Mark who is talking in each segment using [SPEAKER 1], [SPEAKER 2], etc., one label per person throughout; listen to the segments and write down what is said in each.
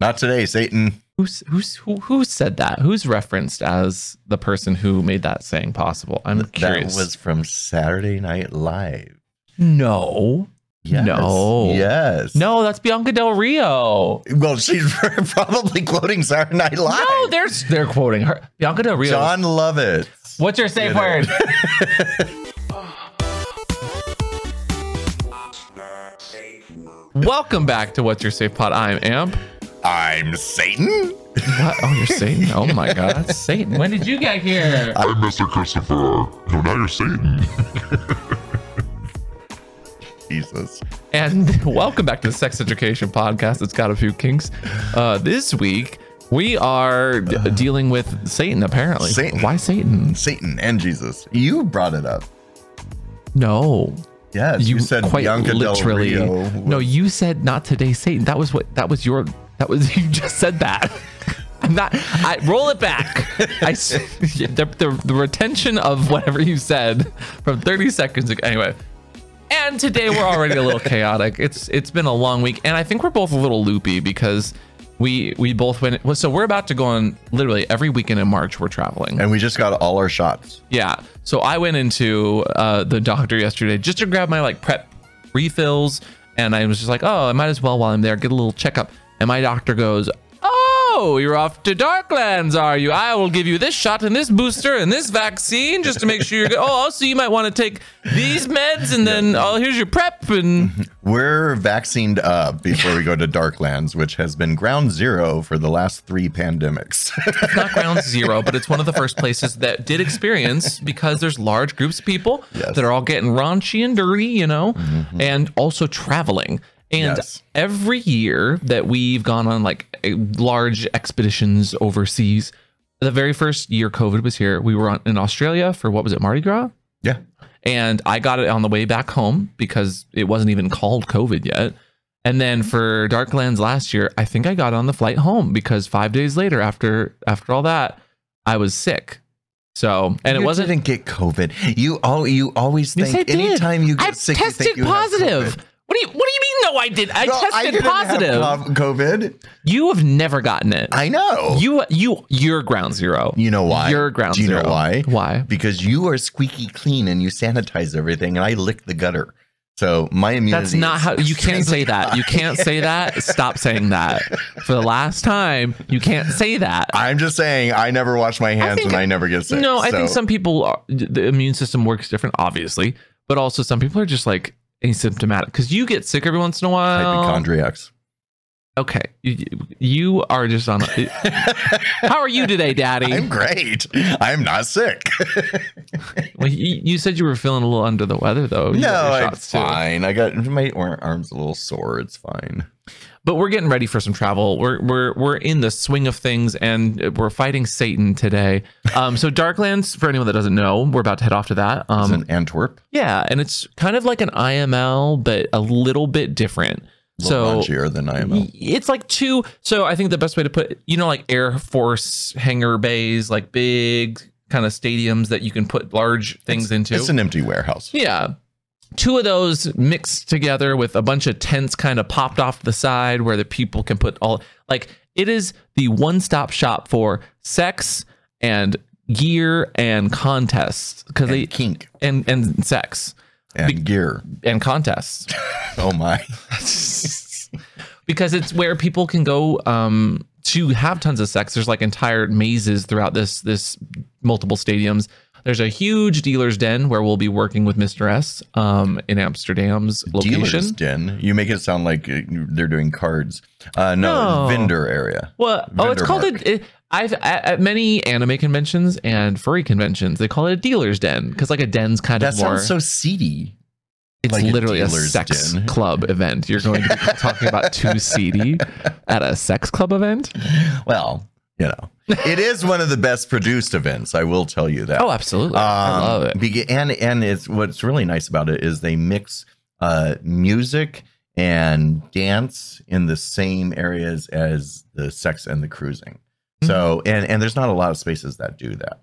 [SPEAKER 1] Not today, Satan.
[SPEAKER 2] Who's who's who, who said that? Who's referenced as the person who made that saying possible? I'm curious.
[SPEAKER 1] That was from Saturday Night Live.
[SPEAKER 2] no,
[SPEAKER 1] Yes.
[SPEAKER 2] No.
[SPEAKER 1] Yes.
[SPEAKER 2] no, that's Bianca Del Rio.
[SPEAKER 1] Well, she's probably quoting Saturday Night Live.
[SPEAKER 2] No, they're they're quoting her. Bianca Del Rio.
[SPEAKER 1] John Lovett.
[SPEAKER 2] what's your safe
[SPEAKER 1] You know.
[SPEAKER 2] word? Welcome back to What's Your Safe Pod. I'm Amp.
[SPEAKER 1] I'm Satan.
[SPEAKER 2] What? Oh, you're Satan. Oh my God, that's Satan. When did you get here?
[SPEAKER 3] I'm Mr. Christopher. No, now you're Satan.
[SPEAKER 1] Jesus.
[SPEAKER 2] And welcome back to the Sex Education Podcast. It's got a few kinks. Uh, this week, we are d- dealing with Satan, apparently.
[SPEAKER 1] Satan.
[SPEAKER 2] Why Satan?
[SPEAKER 1] Satan and Jesus. You brought it up.
[SPEAKER 2] No.
[SPEAKER 1] Yes. You, said Bianca Del Rio.
[SPEAKER 2] No, you said not today, Satan. That was what, that was your, that was, you just said that. I'm not, I roll it back. I, s- the, the, the retention of whatever you said from 30 seconds ago. Anyway. And today we're already a little chaotic. It's it's been a long week, and I think we're both a little loopy because we we both went. well, So we're about to go on literally every weekend in March. We're traveling.
[SPEAKER 1] and we just got all our shots.
[SPEAKER 2] Yeah. So I went into uh, the doctor yesterday just to grab my like prep refills, and I was just like, oh, I might as well while I'm there get a little checkup. And my doctor goes, oh, you're off to Darklands, are you? I will give you this shot and this booster and this vaccine just to make sure you're good. Oh, also you might want to take these meds, and then oh, here's your prep and.
[SPEAKER 1] We're vaccinated up before we go to Darklands, which has been ground zero for the last three pandemics.
[SPEAKER 2] not ground zero, but it's one of the first places that did experience because there's large groups of people
[SPEAKER 1] Yes. Mm-hmm.
[SPEAKER 2] that are all getting raunchy and dirty, you know, and also traveling. And
[SPEAKER 1] Yes.
[SPEAKER 2] every year that we've gone on like a- large expeditions overseas, the very first year COVID was here, we were on, in Australia for what was it, Mardi Gras?
[SPEAKER 1] yeah.
[SPEAKER 2] and I got it on the way back home because it wasn't even called COVID yet. And then for Darklands last year, I think I got on the flight home because five days later, after after all that, I was sick. So and it
[SPEAKER 1] You
[SPEAKER 2] wasn't.
[SPEAKER 1] didn't get COVID. You all you always
[SPEAKER 2] Yes,
[SPEAKER 1] think
[SPEAKER 2] I did.
[SPEAKER 1] anytime you get
[SPEAKER 2] I
[SPEAKER 1] sick, you
[SPEAKER 2] tested
[SPEAKER 1] think you have
[SPEAKER 2] positive.
[SPEAKER 1] COVID.
[SPEAKER 2] What do you What do you mean? No, I did. I
[SPEAKER 1] No,
[SPEAKER 2] tested
[SPEAKER 1] didn't have
[SPEAKER 2] positive.
[SPEAKER 1] co- COVID.
[SPEAKER 2] you have never gotten it.
[SPEAKER 1] I know.
[SPEAKER 2] you you you're ground zero.
[SPEAKER 1] You know why?
[SPEAKER 2] You're ground
[SPEAKER 1] Do you
[SPEAKER 2] zero.
[SPEAKER 1] know why?
[SPEAKER 2] Why?
[SPEAKER 1] Because you are squeaky clean and you sanitize everything, and I lick the gutter. So my immunity.
[SPEAKER 2] That's not
[SPEAKER 1] is
[SPEAKER 2] how you can't say that. You can't say that. Stop saying that. For the last time, you can't say that.
[SPEAKER 1] I'm just saying, I never wash my hands
[SPEAKER 2] think-
[SPEAKER 1] and I never get sick.
[SPEAKER 2] No, I think
[SPEAKER 1] so-
[SPEAKER 2] some people are, the immune system works different, obviously, but also some people are just like asymptomatic because you get sick every once in a while.
[SPEAKER 1] hypochondriacs.
[SPEAKER 2] Okay, you, you are just on. A, how are you today, Daddy?
[SPEAKER 1] I'm great. I'm not sick.
[SPEAKER 2] Well, you, you said you were feeling a little under the weather, though. You
[SPEAKER 1] no,
[SPEAKER 2] got your
[SPEAKER 1] I'm
[SPEAKER 2] shots, too.
[SPEAKER 1] fine. I got my ar- arm's a little sore. It's fine.
[SPEAKER 2] But we're getting ready for some travel. We're we're we're in the swing of things, and we're fighting Satan today. Um, so Darklands, for anyone that doesn't know, we're about to head off to that.
[SPEAKER 1] It's
[SPEAKER 2] Um,
[SPEAKER 1] in Antwerp.
[SPEAKER 2] yeah, and it's kind of like an IML, but a little bit different.
[SPEAKER 1] A little
[SPEAKER 2] So
[SPEAKER 1] raunchier than I am.
[SPEAKER 2] y- it's like two. So I think the best way to put, you know, like Air Force hangar bays, like big kind of stadiums that you can put large things into.
[SPEAKER 1] It's an empty warehouse.
[SPEAKER 2] Yeah. Two of those mixed together with a bunch of tents kind of popped off to the side where the people can put all like it is the one stop shop for sex and gear and contests because they
[SPEAKER 1] And kink
[SPEAKER 2] and and sex
[SPEAKER 1] and gear.
[SPEAKER 2] and contests
[SPEAKER 1] Oh my.
[SPEAKER 2] because it's where people can go um to have tons of sex there's like entire mazes throughout this this multiple stadiums there's a huge dealer's den where we'll be working with Mr. S um, in Amsterdam's location.
[SPEAKER 1] Dealer's den. You make it sound like uh, they're doing cards. Uh, no,
[SPEAKER 2] No.
[SPEAKER 1] vendor area.
[SPEAKER 2] Well, oh, it's
[SPEAKER 1] Vendor
[SPEAKER 2] called
[SPEAKER 1] mark.
[SPEAKER 2] a. It, I've at, at many anime conventions and furry conventions, they call it a dealer's den because like a den's kind
[SPEAKER 1] That
[SPEAKER 2] of more.
[SPEAKER 1] sounds so seedy.
[SPEAKER 2] it's
[SPEAKER 1] like a
[SPEAKER 2] literally a,
[SPEAKER 1] dealer's
[SPEAKER 2] sex
[SPEAKER 1] den.
[SPEAKER 2] club event. You're going to be talking about two CD at a sex club event.
[SPEAKER 1] Well, you know, it is one of the best produced events. I will tell you that.
[SPEAKER 2] Oh, absolutely! I
[SPEAKER 1] Um,
[SPEAKER 2] love it.
[SPEAKER 1] bega- and and it's what's really nice about it is they mix uh, music and dance in the same areas as the sex and the cruising.
[SPEAKER 2] Mm-hmm.
[SPEAKER 1] So and and there's not a lot of spaces that do that.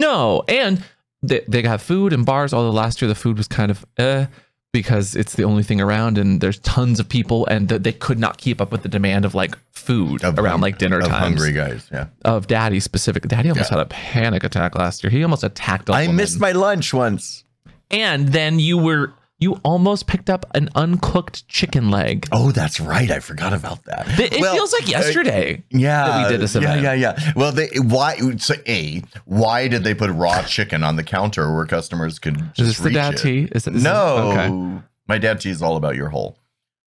[SPEAKER 2] No, and they they have food and bars. Although last year the food was kind of uh, because it's the only thing around and there's tons of people and th- they could not keep up with the demand of like food
[SPEAKER 1] Of
[SPEAKER 2] around
[SPEAKER 1] hung-
[SPEAKER 2] like dinner
[SPEAKER 1] of
[SPEAKER 2] times
[SPEAKER 1] hungry guys. Yeah.
[SPEAKER 2] of daddy specific daddy almost
[SPEAKER 1] Yeah.
[SPEAKER 2] had a panic attack last year he almost attacked a
[SPEAKER 1] I
[SPEAKER 2] woman.
[SPEAKER 1] missed my lunch once.
[SPEAKER 2] and then you were you almost picked up an uncooked chicken leg
[SPEAKER 1] Oh, that's right. I forgot about that.
[SPEAKER 2] Th- it
[SPEAKER 1] Well, uh,
[SPEAKER 2] feels like yesterday
[SPEAKER 1] yeah,
[SPEAKER 2] that we did this
[SPEAKER 1] yeah,
[SPEAKER 2] event.
[SPEAKER 1] yeah, yeah. Well, they why? So, a why did they put raw chicken on the counter where customers could just
[SPEAKER 2] is this the
[SPEAKER 1] reach
[SPEAKER 2] dad
[SPEAKER 1] it?
[SPEAKER 2] tea is, is
[SPEAKER 1] No,
[SPEAKER 2] okay
[SPEAKER 1] my dad tea is all about your hole.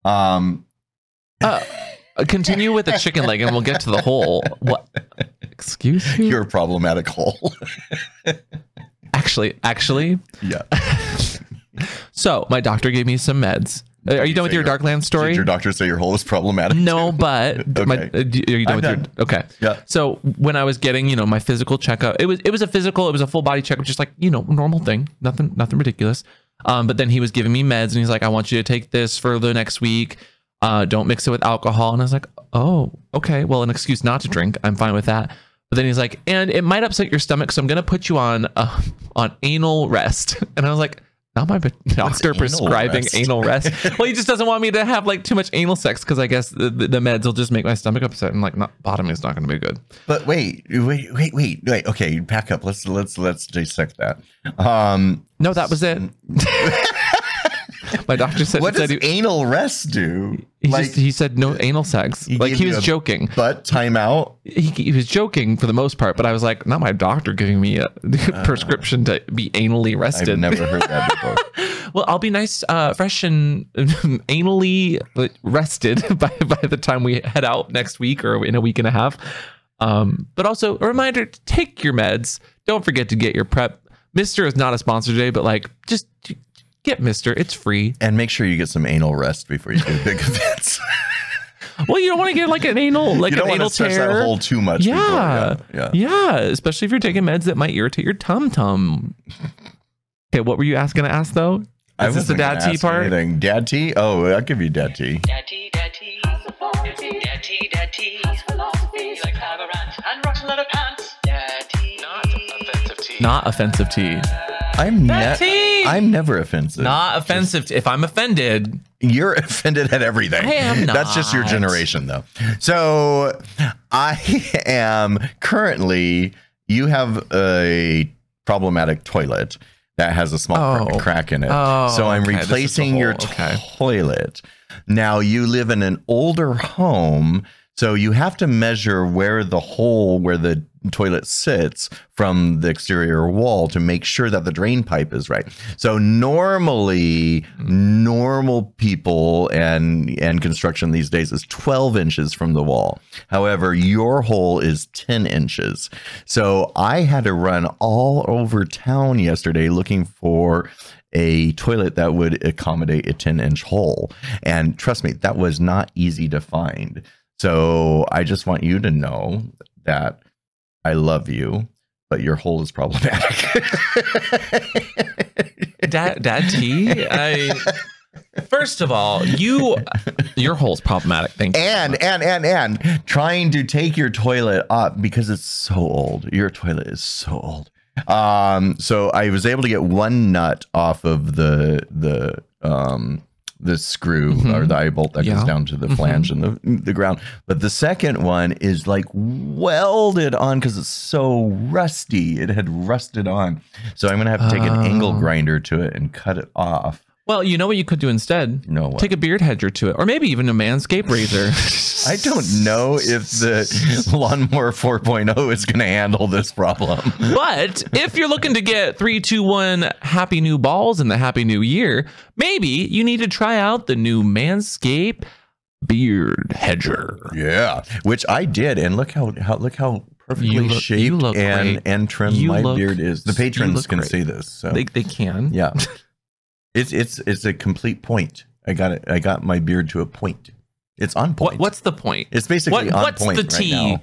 [SPEAKER 1] Um,
[SPEAKER 2] Uh, continue with the chicken leg, and we'll get to the hole. What? Excuse me.
[SPEAKER 1] your problematic hole.
[SPEAKER 2] actually, actually.
[SPEAKER 1] yeah.
[SPEAKER 2] So my doctor gave me some meds. Uh, Are you
[SPEAKER 1] you
[SPEAKER 2] done with
[SPEAKER 1] say
[SPEAKER 2] your
[SPEAKER 1] your-
[SPEAKER 2] Darkland story?
[SPEAKER 1] Did your doctor say your hole is problematic?
[SPEAKER 2] no, but my, uh,
[SPEAKER 1] Okay.
[SPEAKER 2] do- are you done
[SPEAKER 1] I'm
[SPEAKER 2] with
[SPEAKER 1] done.
[SPEAKER 2] your? Okay.
[SPEAKER 1] Yeah.
[SPEAKER 2] So when I was getting, you know, my physical checkup, it was it was a physical, it was a full body checkup, just like you know, normal thing, nothing nothing ridiculous. Um, but then he was giving me meds, and he's like, "I want you to take this for the next week. Uh, don't mix it with alcohol." And I was like, "Oh, okay. Well, an excuse not to drink. I'm fine with that." But then he's like, "And it might upset your stomach, so I'm gonna put you on uh, on anal rest." And I was like. Not my doctor
[SPEAKER 1] anal
[SPEAKER 2] prescribing
[SPEAKER 1] rest?
[SPEAKER 2] anal rest. Well, he just doesn't want me to have like too much anal sex because I guess the, the, the meds will just make my stomach upset and like not bottoming is not going to be good.
[SPEAKER 1] But wait, wait, wait, wait, wait. Okay, back up. Let's let's let's dissect that. Um,
[SPEAKER 2] No, that was it. My doctor said,
[SPEAKER 1] what does
[SPEAKER 2] said he,
[SPEAKER 1] anal rest do?
[SPEAKER 2] he just, he said no anal sex.
[SPEAKER 1] He
[SPEAKER 2] like
[SPEAKER 1] gave
[SPEAKER 2] he
[SPEAKER 1] you
[SPEAKER 2] was
[SPEAKER 1] a-
[SPEAKER 2] joking.
[SPEAKER 1] butt timeout.
[SPEAKER 2] He, he was joking for the most part, but I was like, not my doctor giving me a
[SPEAKER 1] Uh.
[SPEAKER 2] prescription to be anally
[SPEAKER 1] I've
[SPEAKER 2] rested.
[SPEAKER 1] never heard that before.
[SPEAKER 2] well, I'll be nice, uh, fresh and anally like, rested by, by the time we head out next week or in a week and a half. Um, but also a reminder to take your meds. Don't forget to get your prep. Mister is not a sponsor today, but like just get Mister. It's free.
[SPEAKER 1] And make sure you get some anal rest before you do big events.
[SPEAKER 2] Well, you don't want to get like an anal, like
[SPEAKER 1] you don't
[SPEAKER 2] an
[SPEAKER 1] want
[SPEAKER 2] anal
[SPEAKER 1] to stretch
[SPEAKER 2] tear.
[SPEAKER 1] that hole too much. before-
[SPEAKER 2] Yeah.
[SPEAKER 1] yeah, yeah.
[SPEAKER 2] yeah, especially if you're taking meds that might irritate your tum tum. Okay, what were you asking to ask though? Is this the
[SPEAKER 1] wasn't
[SPEAKER 2] dad
[SPEAKER 1] gonna
[SPEAKER 2] tea
[SPEAKER 1] ask
[SPEAKER 2] part?
[SPEAKER 1] Anything. Dad tea? Oh, I'll give you dad tea.
[SPEAKER 4] Daddy, daddy, daddy, daddy, you like to have a rant and rock a lot of pants. Daddy, not offensive tea.
[SPEAKER 2] Not offensive tea.
[SPEAKER 1] I'm
[SPEAKER 2] Dad
[SPEAKER 1] not.
[SPEAKER 2] tea!
[SPEAKER 1] I'm never offensive.
[SPEAKER 2] Not offensive. if I'm offended,
[SPEAKER 1] You're offended at everything.
[SPEAKER 2] I am
[SPEAKER 1] That's just your
[SPEAKER 2] not.
[SPEAKER 1] generation, though. So I am currently, you have a problematic toilet that has a small cra-
[SPEAKER 2] Oh.
[SPEAKER 1] crack in it.
[SPEAKER 2] Oh,
[SPEAKER 1] so I'm
[SPEAKER 2] okay. This is the
[SPEAKER 1] replacing your
[SPEAKER 2] whole- okay.
[SPEAKER 1] toilet. Now you live in an older home. So you have to measure where the hole where the toilet sits from the exterior wall to make sure that the drain pipe is right. So normally normal people and and construction these days is 12 inches from the wall. However, your hole is 10 inches. So I had to run all over town yesterday looking for a toilet that would accommodate a 10 inch hole. And trust me, that was not easy to find. So I just want you to know that I love you, but your hole is problematic.
[SPEAKER 2] dad, dad tea. I, first of all, you, your hole's problematic. Thank you.
[SPEAKER 1] and and and and trying to take your toilet up because it's so old. Your toilet is so old. Um, so I was able to get one nut off of the the um the screw or the eye bolt that
[SPEAKER 2] Mm-hmm. Yeah. Mm-hmm.
[SPEAKER 1] goes down to the flange and the the ground. But the second one is like welded on because it's so rusty. It had rusted on. So I'm gonna have to take an angle
[SPEAKER 2] Oh.
[SPEAKER 1] grinder to it and cut it off.
[SPEAKER 2] Well, you know what you could do instead?
[SPEAKER 1] No way.
[SPEAKER 2] Take a beard hedger to it, or maybe even a manscape razor.
[SPEAKER 1] I don't know if the lawnmower 4.0 is going to handle this problem.
[SPEAKER 2] But if you're looking to get three, two, one happy new balls in the happy new year, maybe you need to try out the new Manscaped beard hedger.
[SPEAKER 1] Yeah, which I did, and look how, how look how perfectly
[SPEAKER 2] You look- you
[SPEAKER 1] shaped
[SPEAKER 2] look
[SPEAKER 1] and
[SPEAKER 2] great.
[SPEAKER 1] and trimmed
[SPEAKER 2] You
[SPEAKER 1] my
[SPEAKER 2] look-
[SPEAKER 1] beard is. The
[SPEAKER 2] you
[SPEAKER 1] patrons
[SPEAKER 2] look
[SPEAKER 1] can
[SPEAKER 2] great.
[SPEAKER 1] see this. So
[SPEAKER 2] They, they can.
[SPEAKER 1] yeah, it's it's it's a complete point. I got it. I got my beard to a point. It's on point.
[SPEAKER 2] What, what's the point?
[SPEAKER 1] it's basically
[SPEAKER 2] what-
[SPEAKER 1] on
[SPEAKER 2] what's
[SPEAKER 1] point
[SPEAKER 2] the
[SPEAKER 1] right
[SPEAKER 2] tea?
[SPEAKER 1] now.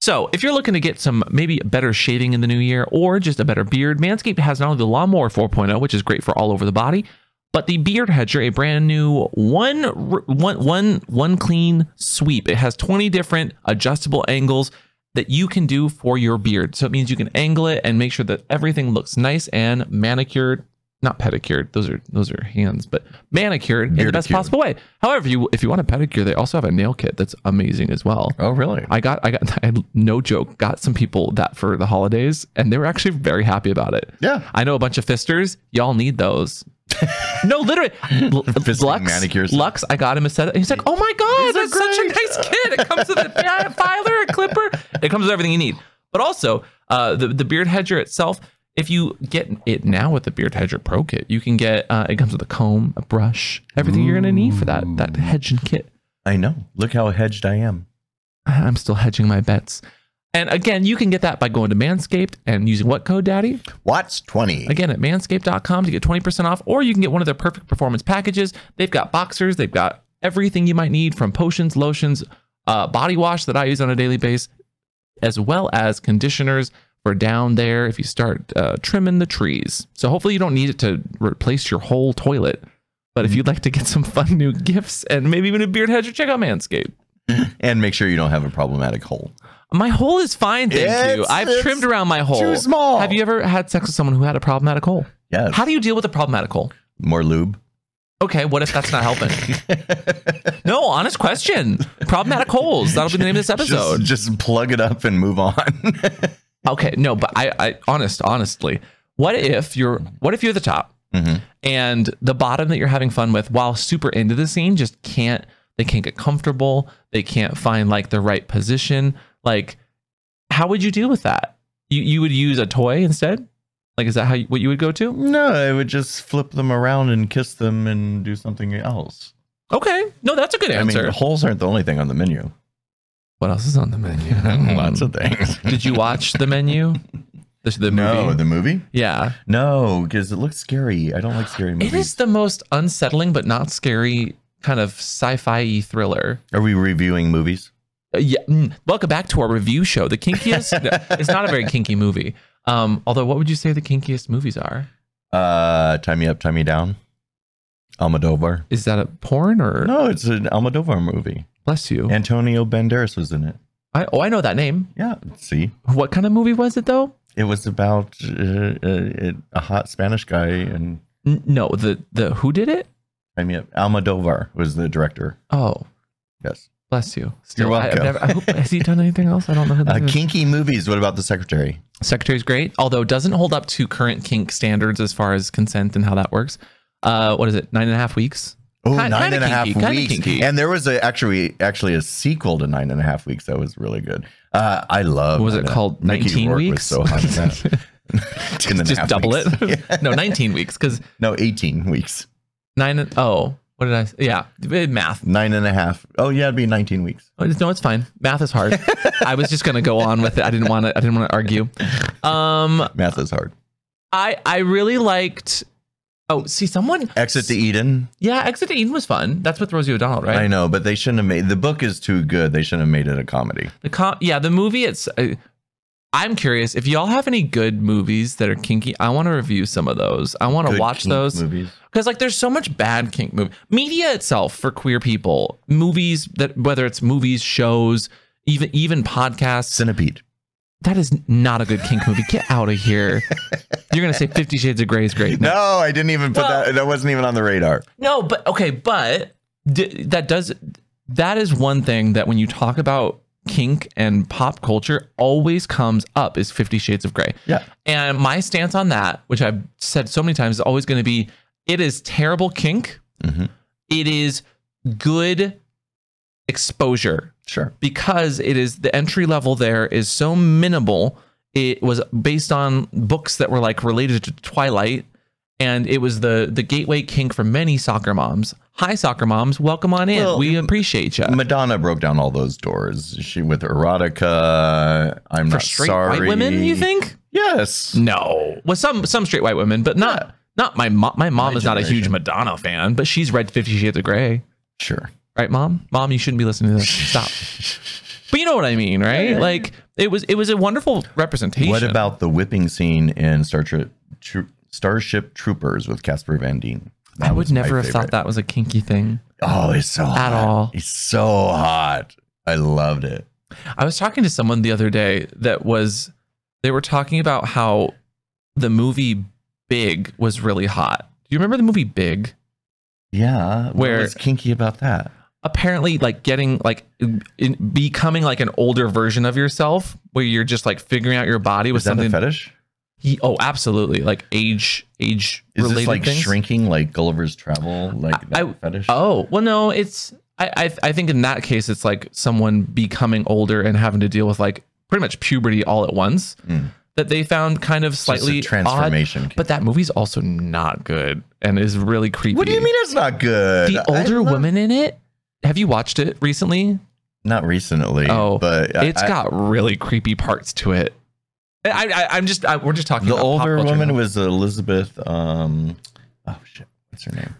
[SPEAKER 2] So, if you're looking to get some maybe better shaving in the new year or just a better beard, Manscaped has not only the Lawnmower 4.0, which is great for all over the body, but the Beard Hedger, a brand new one r- one one one clean sweep. It has 20 different adjustable angles that you can do for your beard. So it means you can angle it and make sure that everything looks nice and manicured not pedicured. Those are those are hands, but manicured in the best
[SPEAKER 1] Beardicured.
[SPEAKER 2] possible way. However, you if you want a pedicure, they also have a nail kit that's amazing as well.
[SPEAKER 1] Oh, really?
[SPEAKER 2] I got I got I, no joke got some people that for the holidays, and they were actually very happy about it.
[SPEAKER 1] Yeah.
[SPEAKER 2] I know a bunch of fisters. Y'all need those. no, literally, L-
[SPEAKER 1] Fisting
[SPEAKER 2] Lux.
[SPEAKER 1] manicures.
[SPEAKER 2] Lux, I got him a set. He's like, "Oh my god, that's such a nice kit! It comes with a filer, a clipper. It comes with everything you need." But also, uh, the the beard hedger itself. If you get it now with the Beard Hedger Pro Kit, you can get uh, it comes with a comb, a brush, everything you're gonna need for that that hedging kit.
[SPEAKER 1] I know. Look how hedged I am.
[SPEAKER 2] I'm still hedging my bets. And again, you can get that by going to Manscaped and using what code, Daddy?
[SPEAKER 1] Watts 20.
[SPEAKER 2] Again, at manscaped.com to get 20% off, or you can get one of their perfect performance packages. They've got boxers, they've got everything you might need from potions, lotions, uh, body wash that I use on a daily basis, as well as conditioners for down there if you start uh, trimming the trees. So hopefully you don't need it to replace your whole toilet. But if you'd like to get some fun new gifts and maybe even a beard hedger, check out Manscaped.
[SPEAKER 1] And make sure you don't have a problematic hole.
[SPEAKER 2] My hole is fine, thank you.
[SPEAKER 1] It's-
[SPEAKER 2] I've
[SPEAKER 1] it's
[SPEAKER 2] trimmed around my hole.
[SPEAKER 1] too small.
[SPEAKER 2] Have you ever had sex with someone who had a problematic hole?
[SPEAKER 1] Yes.
[SPEAKER 2] How do you deal with a problematic hole?
[SPEAKER 1] More lube.
[SPEAKER 2] Okay, what if that's not helping? no, honest question. Problematic holes. That'll be the name of this episode.
[SPEAKER 1] Just, just plug it up and move on.
[SPEAKER 2] Okay, no, but I, I honest, honestly, what if you're what if you're the top
[SPEAKER 1] Mhm.
[SPEAKER 2] and the bottom that you're having fun with while super into the scene just can't they can't get comfortable, they can't find like the right position. Like, how would you deal with that? You you would use a toy instead? Like, is that how you, what you would go to?
[SPEAKER 1] no, I would just flip them around and kiss them and do something else.
[SPEAKER 2] Okay, no, that's a good
[SPEAKER 1] I
[SPEAKER 2] answer.
[SPEAKER 1] mean, holes aren't the only thing on the menu.
[SPEAKER 2] what else is on the menu?
[SPEAKER 1] Lots of things.
[SPEAKER 2] Did you watch the menu? The, the
[SPEAKER 1] No,
[SPEAKER 2] movie?
[SPEAKER 1] the movie?
[SPEAKER 2] yeah.
[SPEAKER 1] No, because it looks scary. I don't like scary movies.
[SPEAKER 2] It is the most unsettling but not scary kind of sci-fi thriller.
[SPEAKER 1] Are we reviewing movies?
[SPEAKER 2] Uh, yeah, mm, welcome back to our review show. The kinkiest. no, it's not a very kinky movie. Um, although, what would you say the kinkiest movies are?
[SPEAKER 1] Uh, tie me up, tie me down. Almodovar.
[SPEAKER 2] Is that a porn or?
[SPEAKER 1] No, it's an Almodovar movie.
[SPEAKER 2] Bless you.
[SPEAKER 1] Antonio Banderas was in it.
[SPEAKER 2] I, oh, I know that name.
[SPEAKER 1] Yeah, see,
[SPEAKER 2] What kind of movie was it though?
[SPEAKER 1] it was about uh, uh, it- a hot Spanish guy and
[SPEAKER 2] N- no, the the who did it?
[SPEAKER 1] I mean Almodovar was the director.
[SPEAKER 2] Oh,
[SPEAKER 1] Yes,
[SPEAKER 2] bless you. Still,
[SPEAKER 1] You're
[SPEAKER 2] I- I've
[SPEAKER 1] welcome.
[SPEAKER 2] never- I hope- has he done anything else? I don't know who that
[SPEAKER 1] uh,
[SPEAKER 2] is.
[SPEAKER 1] kinky movies. What about the secretary?
[SPEAKER 2] Secretary's great, although doesn't hold up to current kink standards as far as consent and how that works. Uh, what is it? Nine and a half weeks.
[SPEAKER 1] Oh,
[SPEAKER 2] Ki-
[SPEAKER 1] nine
[SPEAKER 2] kinda
[SPEAKER 1] and a half
[SPEAKER 2] kinky, kinda
[SPEAKER 1] weeks.
[SPEAKER 2] kinky.
[SPEAKER 1] And there was a, actually actually a sequel to nine and a half weeks that was really good. Uh, I love.
[SPEAKER 2] What was
[SPEAKER 1] Nine
[SPEAKER 2] it
[SPEAKER 1] and a-
[SPEAKER 2] called?
[SPEAKER 1] Mickey
[SPEAKER 2] 19
[SPEAKER 1] Rourke
[SPEAKER 2] weeks?
[SPEAKER 1] Was so hot in that. Ten and a
[SPEAKER 2] Just
[SPEAKER 1] half
[SPEAKER 2] double
[SPEAKER 1] weeks.
[SPEAKER 2] it.
[SPEAKER 1] Yeah.
[SPEAKER 2] no, 19 weeks because
[SPEAKER 1] No, eighteen weeks.
[SPEAKER 2] nine. Oh, what did I? s- Yeah, eh, math.
[SPEAKER 1] Nine and a half. Oh yeah, it'd be nineteen weeks.
[SPEAKER 2] Oh, it's- No, it's fine. Math is hard. I was just gonna go on with it. I didn't want to. I didn't want to argue. Um,
[SPEAKER 1] Math is hard.
[SPEAKER 2] I I really liked. Oh, see, someone.
[SPEAKER 1] Exit to Eden.
[SPEAKER 2] Yeah, Exit to Eden was fun. That's with Rosie O'Donnell, right?
[SPEAKER 1] I know, but they shouldn't have made the book is too good. They shouldn't have made it a comedy.
[SPEAKER 2] The com- yeah, the movie. It's. Uh, I'm curious if y'all have any good movies that are kinky. I want to review some of those. I want to
[SPEAKER 1] Good
[SPEAKER 2] watch
[SPEAKER 1] kink
[SPEAKER 2] those
[SPEAKER 1] movies.
[SPEAKER 2] because like there's so much bad kink movie media itself for queer people. Movies that whether it's movies, shows, even even podcasts.
[SPEAKER 1] Centipede.
[SPEAKER 2] That is not a good kink movie. Get out of here. You're gonna say Fifty Shades of Grey is great.
[SPEAKER 1] No, I didn't even put
[SPEAKER 2] Well-
[SPEAKER 1] that. That wasn't even on the radar.
[SPEAKER 2] No, but okay, but d- that does that is one thing that when you talk about kink and pop culture always comes up is 50 shades of gray.
[SPEAKER 1] Yeah.
[SPEAKER 2] And my stance on that, which I've said so many times is always going to be it is terrible kink.
[SPEAKER 1] Mhm.
[SPEAKER 2] It is good exposure
[SPEAKER 1] Sure.
[SPEAKER 2] because it is the entry level there is so minimal. It was based on books that were like related to Twilight, and it was the the gateway kink for many soccer moms. Hi, soccer moms, welcome on in.
[SPEAKER 1] Well,
[SPEAKER 2] we appreciate you.
[SPEAKER 1] Madonna broke down all those doors. She with erotica. I'm
[SPEAKER 2] For
[SPEAKER 1] not
[SPEAKER 2] straight
[SPEAKER 1] sorry.
[SPEAKER 2] white women, you think?
[SPEAKER 1] Yes.
[SPEAKER 2] No, well, some some straight white women, but not
[SPEAKER 1] Yeah.
[SPEAKER 2] not my mom. My mom
[SPEAKER 1] My
[SPEAKER 2] is not a huge
[SPEAKER 1] generation.
[SPEAKER 2] Madonna fan, but she's read Fifty Shades of Grey,
[SPEAKER 1] Sure.
[SPEAKER 2] right, mom? Mom, you shouldn't be listening to this. Stop. But you know what I mean, right? Like it was it was a wonderful representation.
[SPEAKER 1] What about the whipping scene in Star Trek, Tro- Starship Troopers with Casper Van Dien? That
[SPEAKER 2] I would
[SPEAKER 1] was my
[SPEAKER 2] never have
[SPEAKER 1] favorite.
[SPEAKER 2] thought that was a kinky thing.
[SPEAKER 1] Oh, it's so hot.
[SPEAKER 2] all.
[SPEAKER 1] It's so hot. I loved it.
[SPEAKER 2] I was talking to someone the other day that was, they were talking about how the movie Big was really hot. Do you remember the movie Big?
[SPEAKER 1] Yeah. what
[SPEAKER 2] Where-
[SPEAKER 1] was kinky about that?
[SPEAKER 2] apparently like getting like in, becoming like an older version of yourself where you're just like figuring out your body with
[SPEAKER 1] Was that
[SPEAKER 2] something
[SPEAKER 1] the fetish?
[SPEAKER 2] Ye- oh absolutely like age age
[SPEAKER 1] Is
[SPEAKER 2] related
[SPEAKER 1] this like
[SPEAKER 2] things
[SPEAKER 1] shrinking like Gulliver's Travel? Like
[SPEAKER 2] I-
[SPEAKER 1] that
[SPEAKER 2] I-
[SPEAKER 1] fetish?
[SPEAKER 2] oh well no it's I, I i think in that case it's like someone becoming older and having to deal with like pretty much puberty all at once
[SPEAKER 1] Mm.
[SPEAKER 2] that they found kind of
[SPEAKER 1] It's just a
[SPEAKER 2] slightly odd
[SPEAKER 1] transformation.
[SPEAKER 2] but that movie's also not good and is really creepy
[SPEAKER 1] what do you mean it's not good?
[SPEAKER 2] the
[SPEAKER 1] I
[SPEAKER 2] older
[SPEAKER 1] love-
[SPEAKER 2] woman in it have you watched it recently
[SPEAKER 1] Not recently.
[SPEAKER 2] Oh,
[SPEAKER 1] but
[SPEAKER 2] It's
[SPEAKER 1] I-
[SPEAKER 2] got really creepy parts to it. I, I I'm just I, we're just talking.
[SPEAKER 1] the
[SPEAKER 2] about pop
[SPEAKER 1] older
[SPEAKER 2] culture
[SPEAKER 1] woman
[SPEAKER 2] now.
[SPEAKER 1] was Elizabeth. Um, oh shit, what's her name?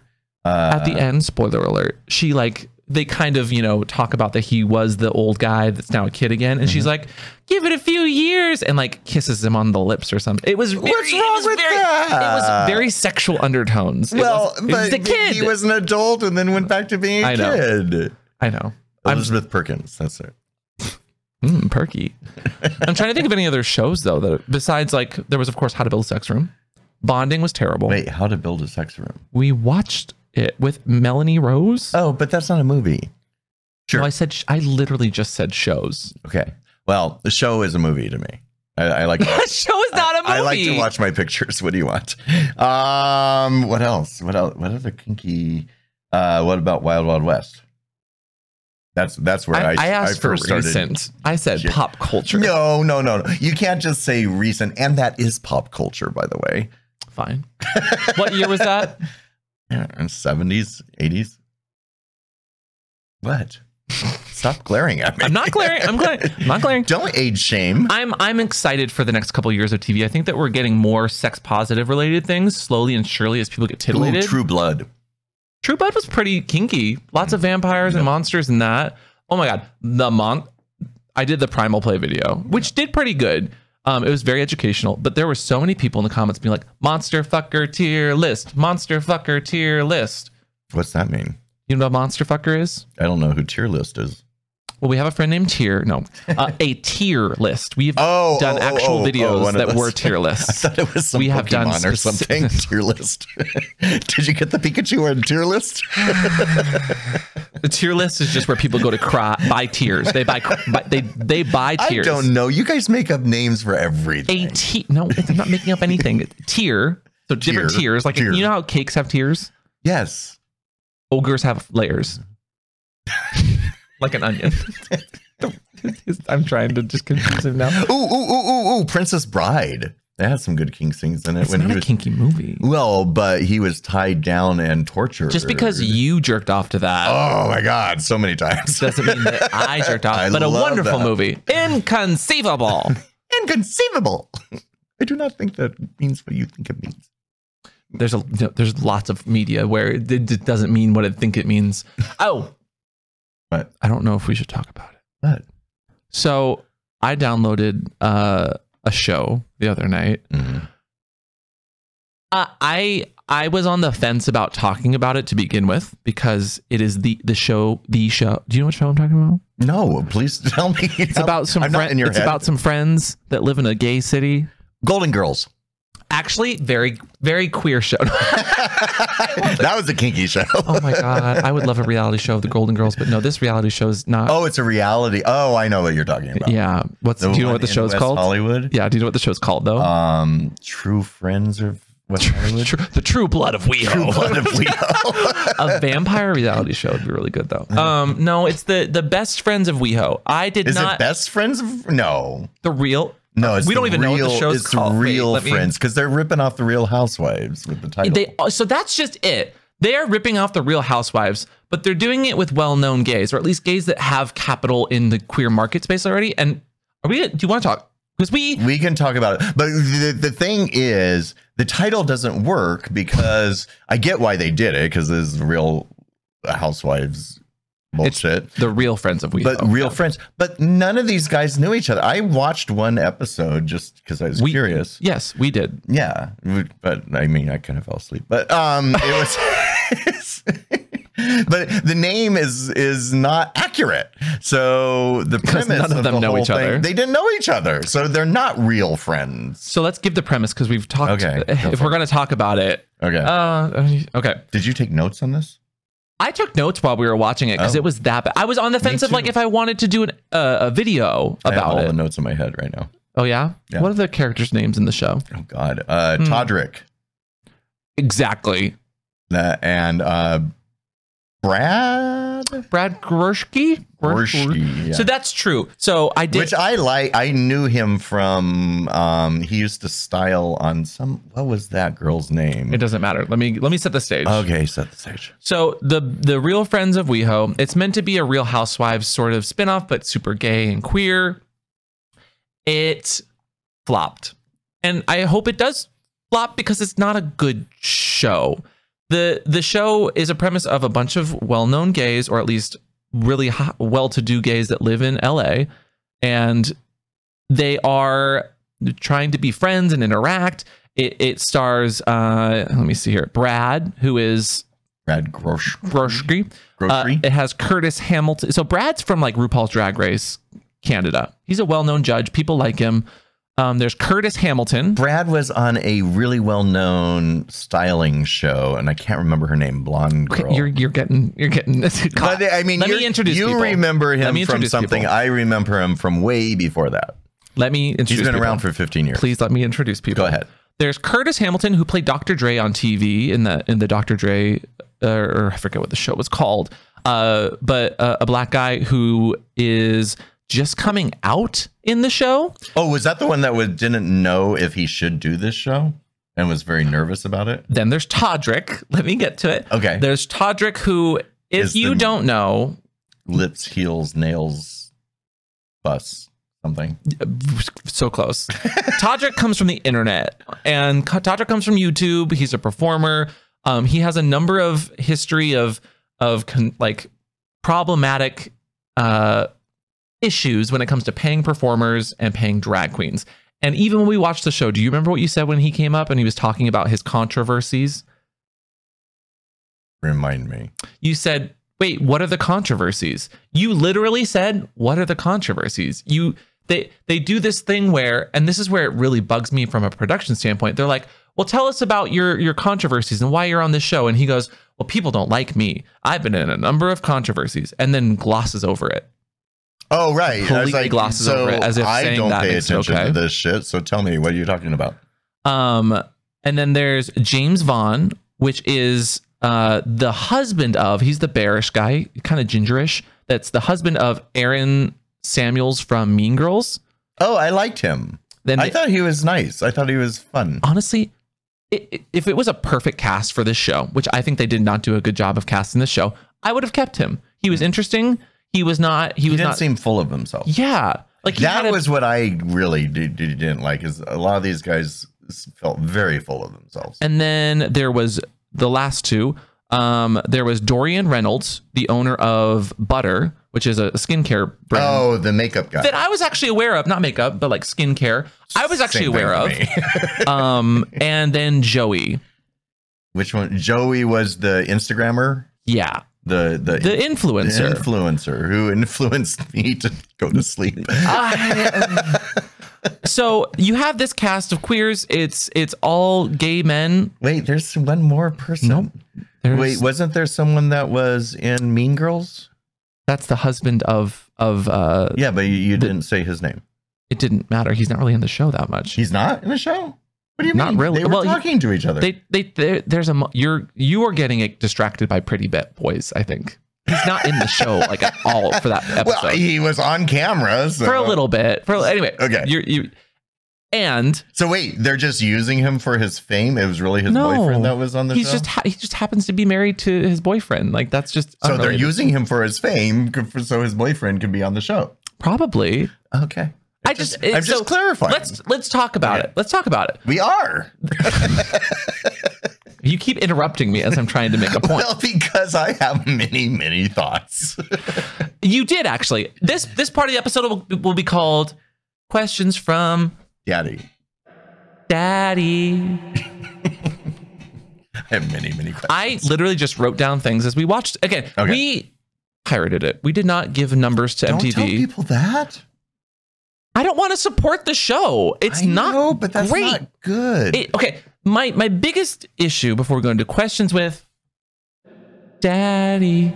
[SPEAKER 1] Uh,
[SPEAKER 2] at the end. Spoiler alert. She like they kind of you know talk about that he was the old guy that's now a kid again, and she's
[SPEAKER 1] Mm-hmm.
[SPEAKER 2] like, give it a few years, and like kisses him on the lips or something. It was very,
[SPEAKER 1] What's
[SPEAKER 2] it
[SPEAKER 1] wrong
[SPEAKER 2] was
[SPEAKER 1] with
[SPEAKER 2] very,
[SPEAKER 1] that?
[SPEAKER 2] It was very sexual undertones. It
[SPEAKER 1] well,
[SPEAKER 2] was- it
[SPEAKER 1] but
[SPEAKER 2] was the kid.
[SPEAKER 1] he was an adult and then went back to being a
[SPEAKER 2] I know.
[SPEAKER 1] kid.
[SPEAKER 2] I know. I'm-
[SPEAKER 1] Elizabeth Perkins. That's it.
[SPEAKER 2] Mm, perky. I'm trying to think of any other shows though that besides like there was of course How to Build a Sex Room. Bonding was terrible.
[SPEAKER 1] Wait, how to build a sex room?
[SPEAKER 2] We watched it with Melanie Rose.
[SPEAKER 1] Oh, but that's not a movie. Sure.
[SPEAKER 2] No, I said sh- I literally just said shows.
[SPEAKER 1] Okay. Well, the show is a movie to me. I, I like.
[SPEAKER 2] show is not a movie.
[SPEAKER 1] I like to watch my pictures. What do you want? Um, what else? What else? What other kinky? Uh, what about Wild Wild West? That's that's where I
[SPEAKER 2] I, I asked for
[SPEAKER 1] first started-
[SPEAKER 2] recent. I said
[SPEAKER 1] Yeah.
[SPEAKER 2] pop culture.
[SPEAKER 1] No, no, no, no. You can't just say recent, and that is pop culture, by the way.
[SPEAKER 2] Fine. what year was that?
[SPEAKER 1] Seventies, eighties. What? Stop glaring at me.
[SPEAKER 2] I'm not glaring. I'm glaring. I'm not glaring.
[SPEAKER 1] Don't age shame.
[SPEAKER 2] I'm I'm excited for the next couple years of TV. I think that we're getting more sex positive related things slowly and surely as people get
[SPEAKER 1] Ooh,
[SPEAKER 2] titillated.
[SPEAKER 1] True Blood.
[SPEAKER 2] True Blood was pretty kinky. Lots of vampires and monsters and that. Oh my god, the mon. I did the Primal Play video, which did pretty good. Um, it was very educational, but there were so many people in the comments being like, "Monster fucker tier list, monster fucker tier list."
[SPEAKER 1] What's that mean?
[SPEAKER 2] You know what a monster fucker is?
[SPEAKER 1] I don't know who tier list is.
[SPEAKER 2] Well, we have a friend named Tier. No, uh, a tier list. We've
[SPEAKER 1] Oh,
[SPEAKER 2] done
[SPEAKER 1] oh, oh,
[SPEAKER 2] actual
[SPEAKER 1] oh, oh,
[SPEAKER 2] videos
[SPEAKER 1] one of
[SPEAKER 2] that
[SPEAKER 1] those.
[SPEAKER 2] were tier
[SPEAKER 1] I
[SPEAKER 2] lists.
[SPEAKER 1] thought it was some
[SPEAKER 2] We
[SPEAKER 1] Pokemon
[SPEAKER 2] have done
[SPEAKER 1] or something.
[SPEAKER 2] specific-
[SPEAKER 1] tier list. Did you get the Pikachu on tier list?
[SPEAKER 2] the tier list is just where people go to cry, buy tiers. They buy, buy they they buy
[SPEAKER 1] I
[SPEAKER 2] tiers.
[SPEAKER 1] don't know. You guys make up names for
[SPEAKER 2] a
[SPEAKER 1] everything.
[SPEAKER 2] tier. No, I'm not making up anything. tier. So different
[SPEAKER 1] Tier.
[SPEAKER 2] tiers. Like
[SPEAKER 1] Tier.
[SPEAKER 2] you know how cakes have tiers.
[SPEAKER 1] Yes.
[SPEAKER 2] Ogres have layers. like an onion. I'm trying to just confuse him now.
[SPEAKER 1] Ooh, ooh, ooh, ooh, ooh, Princess Bride. That had some good King Sings in it
[SPEAKER 2] It's
[SPEAKER 1] when
[SPEAKER 2] not
[SPEAKER 1] he
[SPEAKER 2] a
[SPEAKER 1] was
[SPEAKER 2] kinky movie.
[SPEAKER 1] well, but he was tied down and tortured.
[SPEAKER 2] Just because you jerked off to that.
[SPEAKER 1] Oh my god, so many times.
[SPEAKER 2] doesn't mean that I jerked off,
[SPEAKER 1] I
[SPEAKER 2] but a
[SPEAKER 1] love
[SPEAKER 2] wonderful
[SPEAKER 1] that.
[SPEAKER 2] movie. Inconceivable.
[SPEAKER 1] Inconceivable. I do not think that means what you think it means.
[SPEAKER 2] there's a no, there's lots of media where it, d- d- doesn't mean what I think it means. Oh,
[SPEAKER 1] What?
[SPEAKER 2] I don't know if we should talk about it.
[SPEAKER 1] What?
[SPEAKER 2] So I downloaded uh, a show the other night.
[SPEAKER 1] Mm-hmm.
[SPEAKER 2] Uh, I I was on the fence about talking about it to begin with because it is the the show the show. Do you know what show I'm talking about?
[SPEAKER 1] No, please tell me.
[SPEAKER 2] It's about some
[SPEAKER 1] Um, I'm not
[SPEAKER 2] friends.
[SPEAKER 1] in your
[SPEAKER 2] It's
[SPEAKER 1] head.
[SPEAKER 2] about some friends that live in a gay city.
[SPEAKER 1] Golden Girls.
[SPEAKER 2] Actually, very very queer show.
[SPEAKER 1] that was a kinky show.
[SPEAKER 2] Oh my god, I would love a reality show of the Golden Girls, but no, this reality show is not.
[SPEAKER 1] Oh, it's a reality. Oh, I know what you're talking about.
[SPEAKER 2] yeah, what's
[SPEAKER 1] The
[SPEAKER 2] do you know
[SPEAKER 1] one
[SPEAKER 2] what the
[SPEAKER 1] in
[SPEAKER 2] show's
[SPEAKER 1] West
[SPEAKER 2] called?
[SPEAKER 1] Hollywood.
[SPEAKER 2] Yeah, do you know what the show's called though?
[SPEAKER 1] Um, True Friends of West Hollywood.
[SPEAKER 2] True- the True Blood of Weo.
[SPEAKER 1] True Blood of Weo.
[SPEAKER 2] a vampire reality show would be really good though. Um, no, it's the the best friends of WeHo. I did
[SPEAKER 1] Uh-huh. Is it
[SPEAKER 2] not
[SPEAKER 1] Best Friends of No.
[SPEAKER 2] the real.
[SPEAKER 1] No, it's
[SPEAKER 2] We
[SPEAKER 1] the
[SPEAKER 2] don't even know what the
[SPEAKER 1] real-
[SPEAKER 2] show's
[SPEAKER 1] it's
[SPEAKER 2] called.
[SPEAKER 1] The
[SPEAKER 2] Wait,
[SPEAKER 1] real
[SPEAKER 2] let me-
[SPEAKER 1] Friends because they're ripping off the Real Housewives with the title.
[SPEAKER 2] They oh, so that's just it. They are ripping off the Real Housewives, but they're doing it with well-known gays, or at least gays that have capital in the queer market space already. And are we? Do you want to talk? Because we
[SPEAKER 1] we can talk about it, but the, the thing is, the title doesn't work because I get why they did it because this is Real Housewives bullshit.
[SPEAKER 2] the real friends of WeHo.
[SPEAKER 1] but real friends. But none of these guys knew each other. I watched one episode just because I was
[SPEAKER 2] We-
[SPEAKER 1] curious.
[SPEAKER 2] Yes, we did.
[SPEAKER 1] Yeah, but I mean, I kind of fell asleep. But um, it was. but the name is is not accurate. So the
[SPEAKER 2] Because
[SPEAKER 1] premise
[SPEAKER 2] none of them
[SPEAKER 1] the
[SPEAKER 2] know
[SPEAKER 1] whole
[SPEAKER 2] each
[SPEAKER 1] thing-
[SPEAKER 2] other.
[SPEAKER 1] They didn't know each other, so they're not real friends.
[SPEAKER 2] So let's give the premise because we've talked.
[SPEAKER 1] Okay, go
[SPEAKER 2] if
[SPEAKER 1] for
[SPEAKER 2] we're going to talk about it,
[SPEAKER 1] Okay.
[SPEAKER 2] uh, okay.
[SPEAKER 1] Did you take notes on this?
[SPEAKER 2] I took notes while we were watching it because
[SPEAKER 1] Oh.
[SPEAKER 2] it was that bad. I was on the fence of like
[SPEAKER 1] too.
[SPEAKER 2] if I wanted to do an, uh, a video
[SPEAKER 1] I have all
[SPEAKER 2] about
[SPEAKER 1] the
[SPEAKER 2] it.
[SPEAKER 1] notes in my head right now.
[SPEAKER 2] Oh yeah?
[SPEAKER 1] Yeah.
[SPEAKER 2] What are the characters' names in the show?
[SPEAKER 1] Oh God. Uh,
[SPEAKER 2] Hmm.
[SPEAKER 1] Todrick
[SPEAKER 2] Exactly.
[SPEAKER 1] uh, and uh, Brad
[SPEAKER 2] Brad Groshki.
[SPEAKER 1] Gorski. yeah.
[SPEAKER 2] So that's true. So I did.
[SPEAKER 1] Which I like. I knew him from. Um, he used to style on some. What was that girl's name?
[SPEAKER 2] it doesn't matter. Let me let me set the stage.
[SPEAKER 1] Okay, set the stage.
[SPEAKER 2] So the the Real Friends of WeHo, it's meant to be a Real Housewives sort of spinoff, but super gay and queer. It flopped, and I hope it does flop because it's not a good show. the The show is a premise of a bunch of well known gays, or at least really well to do gays that live in L.A. and they are trying to be friends and interact. It, it stars, uh, let me see here, Brad, who is
[SPEAKER 1] Brad Grosh.
[SPEAKER 2] Groshki. Uh,
[SPEAKER 1] Grocery.
[SPEAKER 2] it has Curtis Hamilton. So Brad's from like RuPaul's Drag Race Canada. He's a well-known judge. People like him. Um, there's Curtis Hamilton.
[SPEAKER 1] Brad was on a really well-known styling show, and I can't remember her name. Blonde girl.
[SPEAKER 2] You're you're getting you're getting
[SPEAKER 1] but I mean,
[SPEAKER 2] let me
[SPEAKER 1] you're-
[SPEAKER 2] introduce
[SPEAKER 1] you
[SPEAKER 2] people.
[SPEAKER 1] remember
[SPEAKER 2] Let
[SPEAKER 1] him
[SPEAKER 2] me
[SPEAKER 1] from
[SPEAKER 2] introduce
[SPEAKER 1] something.
[SPEAKER 2] people.
[SPEAKER 1] I remember him from way before that.
[SPEAKER 2] let me introduce.
[SPEAKER 1] He's been
[SPEAKER 2] people.
[SPEAKER 1] around for 15 years.
[SPEAKER 2] Please let me introduce people.
[SPEAKER 1] Go ahead.
[SPEAKER 2] There's Curtis Hamilton who played Dr. Dre on TV in the in the Dr. Dre uh, or I forget what the show was called. Uh, but uh, a black guy who is just coming out in the show.
[SPEAKER 1] Oh, was that the one that was, didn't know if he should do this show and was very nervous about it?
[SPEAKER 2] Then there's Todrick. Let me get to it.
[SPEAKER 1] Okay.
[SPEAKER 2] There's Todrick, who, if
[SPEAKER 1] Is
[SPEAKER 2] you
[SPEAKER 1] the-
[SPEAKER 2] don't know,
[SPEAKER 1] Lips, heels, nails, bus, something.
[SPEAKER 2] so close. Todrick comes from the internet, and Co- Todrick comes from YouTube. He's a performer. Um, he has a number of history of of con- like problematic uh, issues when it comes to paying performers and paying drag queens. And even when we watched the show, do you remember what you said when he came up and he was talking about his controversies?
[SPEAKER 1] Remind me.
[SPEAKER 2] you said, "Wait, what are the controversies?" You literally said, "What are the controversies?" You they they do this thing where, and this is where it really bugs me from a production standpoint. They're like, "Well, tell us about your your controversies and why you're on this show." And he goes, "Well, people don't like me. I've been in a number of controversies," and then glosses over it.
[SPEAKER 1] Oh, right. I was
[SPEAKER 2] Completely glosses
[SPEAKER 1] so
[SPEAKER 2] over it as if
[SPEAKER 1] I
[SPEAKER 2] saying
[SPEAKER 1] don't
[SPEAKER 2] that
[SPEAKER 1] pay
[SPEAKER 2] makes it
[SPEAKER 1] attention
[SPEAKER 2] okay.
[SPEAKER 1] to this shit. So tell me, what are you talking about?
[SPEAKER 2] Um, and then there's James Vaughn, which is uh, the husband of, he's the bearish guy, kind of gingerish. That's the husband of Aaron Samuels from Mean Girls.
[SPEAKER 1] Oh, I liked him.
[SPEAKER 2] Then
[SPEAKER 1] I
[SPEAKER 2] they-
[SPEAKER 1] thought he was nice. I thought he was fun.
[SPEAKER 2] honestly, i- i- if it was a perfect cast for this show, which I think they did not do a good job of casting this show, I would have kept him. He was interesting. He was not.
[SPEAKER 1] Mm.
[SPEAKER 2] He
[SPEAKER 1] He
[SPEAKER 2] was
[SPEAKER 1] didn't
[SPEAKER 2] not.
[SPEAKER 1] seem full of himself.
[SPEAKER 2] yeah, like he had
[SPEAKER 1] that
[SPEAKER 2] a-
[SPEAKER 1] was what I really did, did, didn't like. Is a lot of these guys felt very full of themselves.
[SPEAKER 2] And then there was the last two. Um, there was Dorian Reynolds, the owner of Butter, which is a skincare brand
[SPEAKER 1] oh, the makeup guy.
[SPEAKER 2] that I was actually aware of, not makeup, but like skincare. I was actually
[SPEAKER 1] Same thing
[SPEAKER 2] aware
[SPEAKER 1] for me.
[SPEAKER 2] of. um, and then Joey.
[SPEAKER 1] Which one? Joey was the Instagrammer,
[SPEAKER 2] Yeah.
[SPEAKER 1] the the,
[SPEAKER 2] The
[SPEAKER 1] the
[SPEAKER 2] influencer.
[SPEAKER 1] influencer who influenced me to go to sleep.
[SPEAKER 2] I- so you have this cast of queers. It's it's all gay men.
[SPEAKER 1] Wait, there's one more person.
[SPEAKER 2] Nope. There's,
[SPEAKER 1] Wait, wasn't there someone that was in Mean Girls?
[SPEAKER 2] that's the husband of of. Uh,
[SPEAKER 1] Yeah, but you, you didn't say his name.
[SPEAKER 2] It didn't matter. He's not really in the show that much.
[SPEAKER 1] He's not in the show. What do you
[SPEAKER 2] Not
[SPEAKER 1] mean?
[SPEAKER 2] really.
[SPEAKER 1] They were
[SPEAKER 2] Well, he-
[SPEAKER 1] talking to each other.
[SPEAKER 2] They, they, there- there's a mo- you're you are getting it distracted by Pretty Bit Boys. I think he's not in the show like at all for that episode
[SPEAKER 1] well, he was on camera so.
[SPEAKER 2] for a little bit. For anyway,
[SPEAKER 1] Okay.
[SPEAKER 2] you're, you and
[SPEAKER 1] So wait, they're just using him for his fame. It was really his
[SPEAKER 2] No.
[SPEAKER 1] boyfriend that was on the
[SPEAKER 2] he's
[SPEAKER 1] show.
[SPEAKER 2] just ha- he just happens to be married to his boyfriend. Like that's just
[SPEAKER 1] so they're
[SPEAKER 2] unrelated.
[SPEAKER 1] using him for his fame, c- for- so his boyfriend can be on the show.
[SPEAKER 2] probably.
[SPEAKER 1] Okay.
[SPEAKER 2] I just,
[SPEAKER 1] I'm
[SPEAKER 2] it's-
[SPEAKER 1] just
[SPEAKER 2] so
[SPEAKER 1] clarifying.
[SPEAKER 2] Let's let's talk about
[SPEAKER 1] Okay.
[SPEAKER 2] it. Let's talk about it.
[SPEAKER 1] We are.
[SPEAKER 2] You keep interrupting me as I'm trying to make a point.
[SPEAKER 1] Well, because I have many, many thoughts.
[SPEAKER 2] you did actually. This this part of the episode will, will be called questions from
[SPEAKER 1] Daddy,
[SPEAKER 2] Daddy.
[SPEAKER 1] have many, many questions.
[SPEAKER 2] I literally just wrote down things as we watched. Again,
[SPEAKER 1] Okay.
[SPEAKER 2] we pirated it. We did not give numbers to
[SPEAKER 1] don't
[SPEAKER 2] MTV.
[SPEAKER 1] tell people that.
[SPEAKER 2] I don't want to support the show. It's
[SPEAKER 1] I
[SPEAKER 2] not
[SPEAKER 1] know, but that's
[SPEAKER 2] great.
[SPEAKER 1] not good.
[SPEAKER 2] It- okay, my my biggest issue before we go into questions with Daddy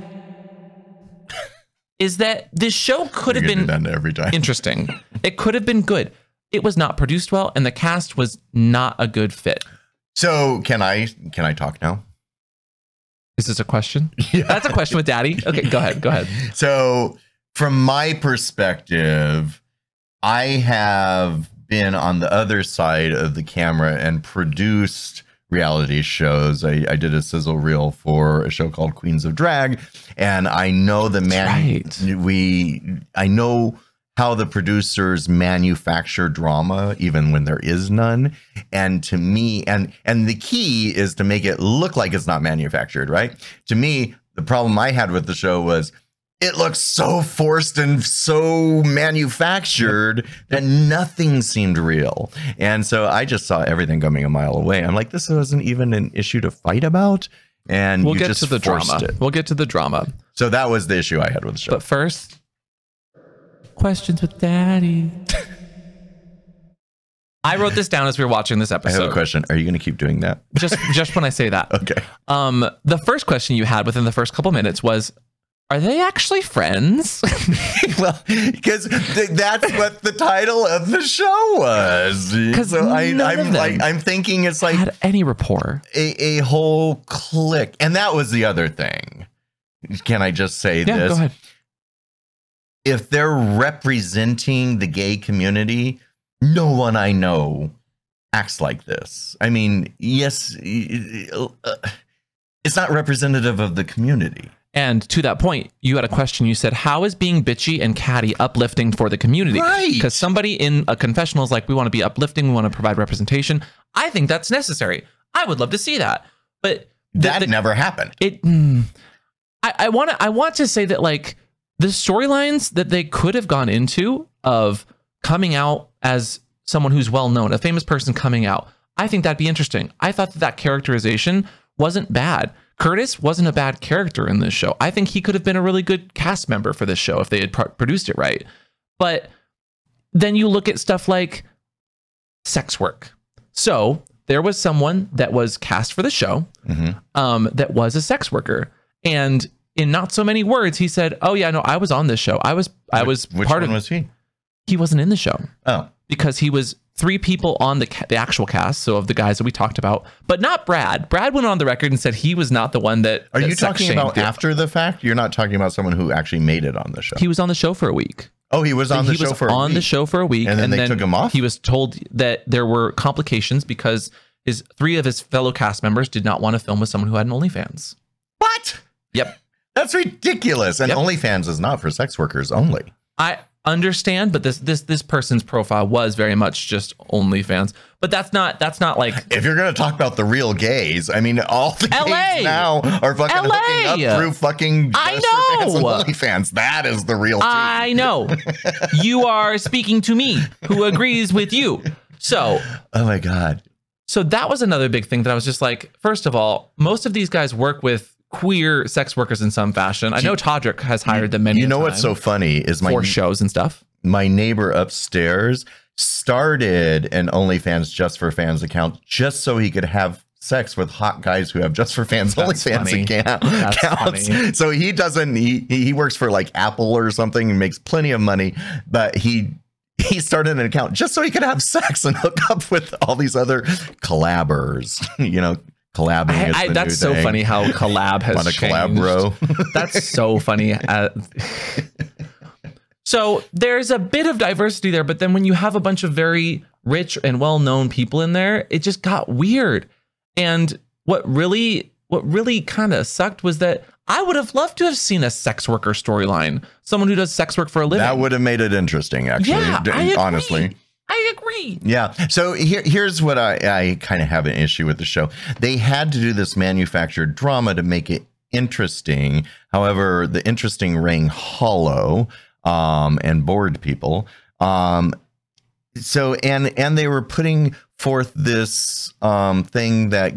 [SPEAKER 2] is that this show could
[SPEAKER 1] You're
[SPEAKER 2] have
[SPEAKER 1] gonna do
[SPEAKER 2] been
[SPEAKER 1] that every time.
[SPEAKER 2] interesting. It could have been good. It was not produced well, and the cast was not a good fit.
[SPEAKER 1] So can I can I talk now?
[SPEAKER 2] Is this a question?
[SPEAKER 1] Yeah.
[SPEAKER 2] That's a question with Daddy. Okay, go ahead. Go ahead.
[SPEAKER 1] So, from my perspective, I have been on the other side of the camera and produced reality shows. I, I did a sizzle reel for a show called Queens of Drag, and I know the man
[SPEAKER 2] That's
[SPEAKER 1] we I know how the producers manufacture drama even when there is none and to me and and the key is to make it look like it's not manufactured right to me the problem i had with the show was it looks so forced and so manufactured that nothing seemed real. And so I just saw everything coming a mile away. I'm like, this wasn't even an issue to fight about. And
[SPEAKER 2] We'll
[SPEAKER 1] you
[SPEAKER 2] get
[SPEAKER 1] just
[SPEAKER 2] to the
[SPEAKER 1] forced
[SPEAKER 2] drama.
[SPEAKER 1] It.
[SPEAKER 2] We'll get to the drama.
[SPEAKER 1] So that was the issue I had with the show.
[SPEAKER 2] But first, questions with Daddy. I wrote this down as we were watching this
[SPEAKER 1] I
[SPEAKER 2] episode.
[SPEAKER 1] have a question. Are you going to keep doing that?
[SPEAKER 2] Just just when I say that.
[SPEAKER 1] Okay.
[SPEAKER 2] Um, the first question you had within the first couple minutes was, "Are they actually friends?"
[SPEAKER 1] well, because th- that's what the title of the show was.
[SPEAKER 2] 'Cause
[SPEAKER 1] So I,
[SPEAKER 2] none
[SPEAKER 1] I'm
[SPEAKER 2] of them
[SPEAKER 1] like, I'm thinking it's like
[SPEAKER 2] had any rapport?
[SPEAKER 1] a, a whole clique. And that was the other thing. Can I just say
[SPEAKER 2] Yeah,
[SPEAKER 1] this?
[SPEAKER 2] go ahead.
[SPEAKER 1] if they're representing the gay community, no one I know acts like this. I mean, yes, y- y- uh, it's not representative of the community.
[SPEAKER 2] And to that point, you had a question. You said, "How is being bitchy and catty uplifting for the community?"
[SPEAKER 1] Right.
[SPEAKER 2] Because somebody in a confessional is like, "We want to be uplifting. We want to provide representation." I think that's necessary. I would love to see that, but the-
[SPEAKER 1] That
[SPEAKER 2] the-
[SPEAKER 1] never happened.
[SPEAKER 2] it mm, I, I want to I want to say that like the storylines that they could have gone into of coming out as someone who's well known, a famous person coming out. I think that'd be interesting. I thought that that characterization wasn't bad. Curtis wasn't a bad character in this show. I think he could have been a really good cast member for this show if they had pro- produced it right. But then you look at stuff like sex work. So there was someone that was cast for the show
[SPEAKER 1] Mhm.
[SPEAKER 2] um, that was a sex worker, and in not so many words, he said, "Oh yeah, no, I was on this show. I was, I was
[SPEAKER 1] Which
[SPEAKER 2] part
[SPEAKER 1] one
[SPEAKER 2] of.
[SPEAKER 1] was he?
[SPEAKER 2] he wasn't in the show
[SPEAKER 1] Oh,
[SPEAKER 2] because he was three people on the ca- the actual cast, so of the guys that we talked about, but not Brad. Brad went on the record and said he was not the one that.
[SPEAKER 1] are
[SPEAKER 2] that
[SPEAKER 1] you
[SPEAKER 2] sex
[SPEAKER 1] talking
[SPEAKER 2] shamed
[SPEAKER 1] about
[SPEAKER 2] the-
[SPEAKER 1] after the fact? You're not talking about someone who actually made it on the show.
[SPEAKER 2] He was on the show for a week.
[SPEAKER 1] oh, he was on the
[SPEAKER 2] he
[SPEAKER 1] show
[SPEAKER 2] was
[SPEAKER 1] for a
[SPEAKER 2] on the
[SPEAKER 1] week.
[SPEAKER 2] show for a week,
[SPEAKER 1] And then they took him off?
[SPEAKER 2] He was told that there were complications because his three of his fellow cast members did not want to film with someone who had an OnlyFans.
[SPEAKER 1] What?
[SPEAKER 2] Yep,
[SPEAKER 1] That's ridiculous. And
[SPEAKER 2] Yep.
[SPEAKER 1] OnlyFans is not for sex workers only.
[SPEAKER 2] I understand, but this this this person's profile was very much just OnlyFans. But that's not that's not like
[SPEAKER 1] if you're gonna talk about the real gays, I mean, all the
[SPEAKER 2] LA.
[SPEAKER 1] gays now are fucking
[SPEAKER 2] LA.
[SPEAKER 1] hooking up through fucking
[SPEAKER 2] I
[SPEAKER 1] Just for
[SPEAKER 2] know.
[SPEAKER 1] Fans and fans. That is the real.
[SPEAKER 2] I know you are speaking to me, who agrees with you. So
[SPEAKER 1] tea. Oh my god.
[SPEAKER 2] so that was another big thing that I was just like, first of all, most of these guys work with queer sex workers in some fashion. I know Todrick has hired them many.
[SPEAKER 1] You
[SPEAKER 2] a
[SPEAKER 1] know what's so
[SPEAKER 2] time
[SPEAKER 1] funny is my
[SPEAKER 2] for shows and stuff.
[SPEAKER 1] my neighbor upstairs started an OnlyFans just for fans account just so he could have sex with hot guys who have just for fans
[SPEAKER 2] That's
[SPEAKER 1] OnlyFans
[SPEAKER 2] funny.
[SPEAKER 1] account-
[SPEAKER 2] That's
[SPEAKER 1] accounts.
[SPEAKER 2] funny.
[SPEAKER 1] So he doesn't he he works for like Apple or something and makes plenty of money, but he he started an account just so he could have sex and hook up with all these other collabers, you know, collabing.
[SPEAKER 2] I,
[SPEAKER 1] is
[SPEAKER 2] I,
[SPEAKER 1] the
[SPEAKER 2] that's
[SPEAKER 1] new
[SPEAKER 2] so
[SPEAKER 1] thing.
[SPEAKER 2] funny how collab has
[SPEAKER 1] Want a
[SPEAKER 2] changed.
[SPEAKER 1] collabro?
[SPEAKER 2] That's so funny. Uh, so there's a bit of diversity there, but then when you have a bunch of very rich and well-known people in there, it just got weird. And what really what really kind of sucked was that I would have loved to have seen a sex worker storyline, someone who does sex work for a living.
[SPEAKER 1] that would have made it interesting, actually.
[SPEAKER 2] yeah,
[SPEAKER 1] d-
[SPEAKER 2] I agree.
[SPEAKER 1] honestly.
[SPEAKER 2] I agree.
[SPEAKER 1] Yeah. So here, here's what I, I kind of have an issue with the show. They had to do this manufactured drama to make it interesting. However, the interesting rang hollow um, and bored people. Um, so and and they were putting forth this um, thing that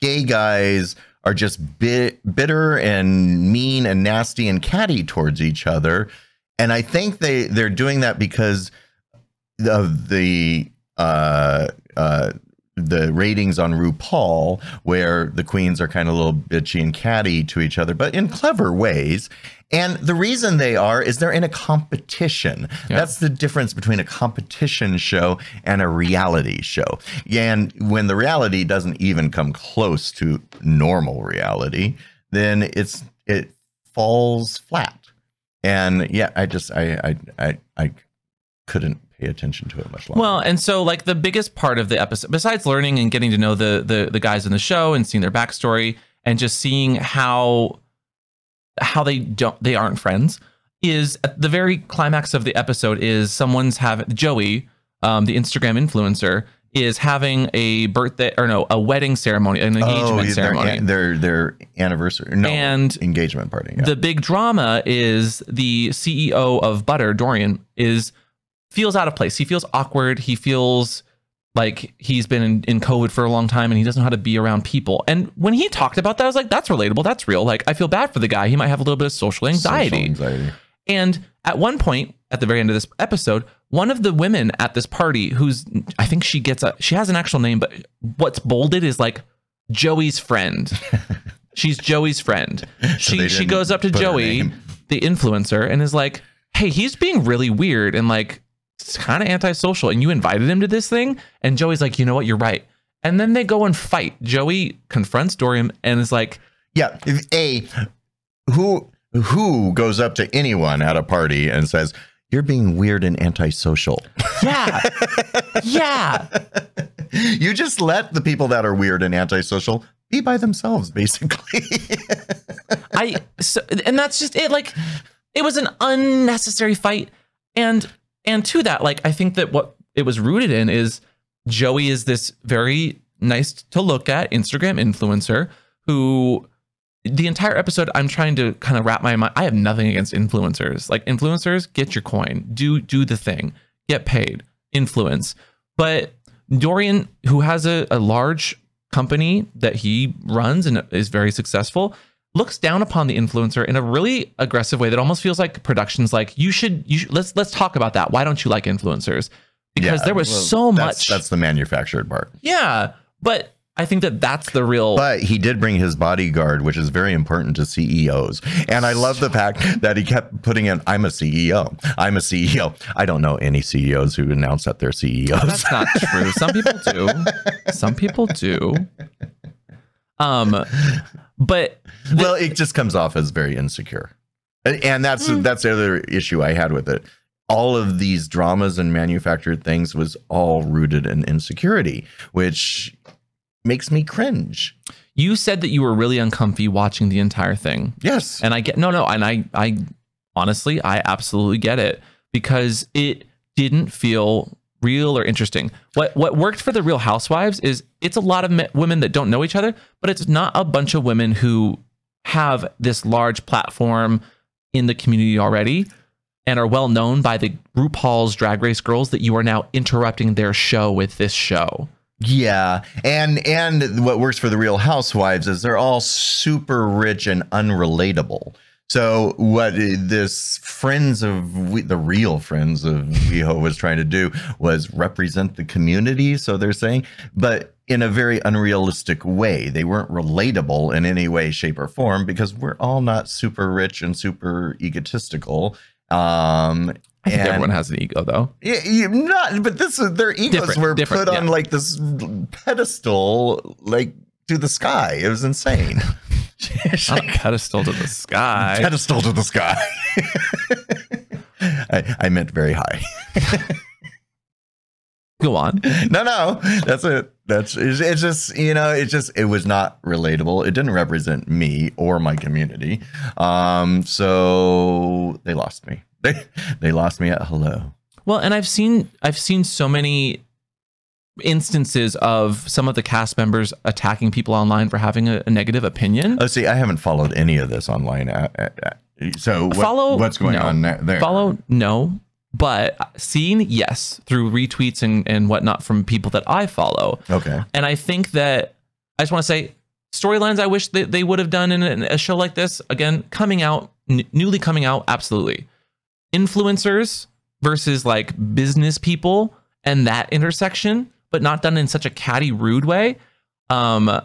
[SPEAKER 1] gay guys are just bit, bitter and mean and nasty and catty towards each other. And I think they they're doing that because of the uh, uh, the ratings on RuPaul, where the queens are kind of a little bitchy and catty to each other, but in clever ways. And the reason they are is they're in a competition.
[SPEAKER 2] Yeah.
[SPEAKER 1] That's the difference between a competition show and a reality show. And when the reality doesn't even come close to normal reality, then it's it falls flat. And yeah, I just I I I, I couldn't pay attention to it much longer.
[SPEAKER 2] Well, and so like the biggest part of the episode, besides learning and getting to know the the, the guys in the show and seeing their backstory and just seeing how how they don't they aren't friends, is at the very climax of the episode is someone's having Joey, um, the Instagram influencer, is having a birthday or no a wedding ceremony,
[SPEAKER 1] Oh,
[SPEAKER 2] an engagement
[SPEAKER 1] yeah, Their,
[SPEAKER 2] ceremony.
[SPEAKER 1] their their anniversary, no,
[SPEAKER 2] And
[SPEAKER 1] engagement party. yeah.
[SPEAKER 2] The big drama is the CEO of Butter, Dorian, is feels out of place. He feels awkward. He feels like he's been in, in COVID for a long time and he doesn't know how to be around people. And when he talked about that, I was like, that's relatable. That's real. Like, I feel bad for the guy. He might have a little bit of social anxiety.
[SPEAKER 1] Social anxiety.
[SPEAKER 2] And at one point, at the very end of this episode, one of the women at this party, who's I think she gets a she has an actual name, but what's bolded is like Joey's friend. She's Joey's friend. She
[SPEAKER 1] they
[SPEAKER 2] she
[SPEAKER 1] didn't
[SPEAKER 2] goes up to
[SPEAKER 1] put her
[SPEAKER 2] Joey,
[SPEAKER 1] name.
[SPEAKER 2] the influencer, and is like, "Hey, he's being really weird and like it's kind of antisocial, and you invited him to this thing." And Joey's like, "You know what? You're right." And then they go and fight. Joey confronts Dorian and is like,
[SPEAKER 1] Yeah. if- A who who goes up to anyone at a party and says, You're being weird and antisocial.
[SPEAKER 2] "Yeah, yeah."
[SPEAKER 1] you just let the people that are weird and antisocial be by themselves, basically.
[SPEAKER 2] I so, and that's just it. Like it was an unnecessary fight, and and to that, like I think that what it was rooted in is Joey is this very nice to look at Instagram influencer who the entire episode I'm trying to kind of wrap my mind. I have nothing against influencers. Like influencers, get your coin, do do the thing, get paid, influence. But Dorian, who has a, a large company that he runs and is very successful, looks down upon the influencer in a really aggressive way that almost feels like productions like you should you should, let's let's talk about that. Why don't you like influencers? Because
[SPEAKER 1] Yeah,
[SPEAKER 2] there was
[SPEAKER 1] well,
[SPEAKER 2] so
[SPEAKER 1] that's,
[SPEAKER 2] much.
[SPEAKER 1] That's the manufactured part.
[SPEAKER 2] yeah, but I think that that's the real.
[SPEAKER 1] But he did bring his bodyguard, which is very important to CEOs. And I love the fact that he kept putting in, I'm a CEO. I'm a CEO. I don't know any CEOs who announce that they're E CEOs.
[SPEAKER 2] That's not true. Some people do. Some people do. Um, but
[SPEAKER 1] well, it just comes off as very insecure. And and that's that's the other issue I had with it. All of these dramas and manufactured things was all rooted in insecurity, which makes me cringe.
[SPEAKER 2] you said that you were really uncomfy watching the entire thing,
[SPEAKER 1] Yes.
[SPEAKER 2] and I get no, no, and I, I honestly, I absolutely get it because it didn't feel real or interesting. What what worked for the Real Housewives is it's a lot of me- women that don't know each other, but it's not a bunch of women who have this large platform in the community already and are well known by the RuPaul's Drag Race girls that you are now interrupting their show with this show.
[SPEAKER 1] Yeah, and and what works for the Real Housewives is they're all super rich and unrelatable. So what i- this friends of we, the real friends of WeHo was trying to do was represent the community. So they're saying, but in a very unrealistic way. They weren't relatable in any way, shape, or form because we're all not super rich and super egotistical. Um,
[SPEAKER 2] I think
[SPEAKER 1] and-
[SPEAKER 2] everyone has an ego though.
[SPEAKER 1] yeah, you, not, but this is their egos
[SPEAKER 2] Different,
[SPEAKER 1] were
[SPEAKER 2] different,
[SPEAKER 1] put on
[SPEAKER 2] yeah.
[SPEAKER 1] like this pedestal, like to the sky. It was insane.
[SPEAKER 2] On a pedestal to the sky.
[SPEAKER 1] pedestal to the sky. I, I meant very high.
[SPEAKER 2] Go on.
[SPEAKER 1] No, no, that's it. That's it's, it's just you know it's just it was not relatable. It didn't represent me or my community. Um, so they lost me. They they lost me at hello.
[SPEAKER 2] Well, and I've seen I've seen so many instances of some of the cast members attacking people online for having a, a negative opinion.
[SPEAKER 1] Oh, see, I haven't followed any of this online. Uh, uh, uh, So what-
[SPEAKER 2] Follow-
[SPEAKER 1] what's going
[SPEAKER 2] no.
[SPEAKER 1] on na- there?
[SPEAKER 2] Follow no, but seen yes through retweets and and whatnot from people that I follow.
[SPEAKER 1] Okay.
[SPEAKER 2] And I think that I just want to say storylines I wish they, they would have done in a, a show like this. Again, coming out, n- newly coming out, absolutely. Influencers versus like business people and that intersection, but not done in such a catty, rude way. Um,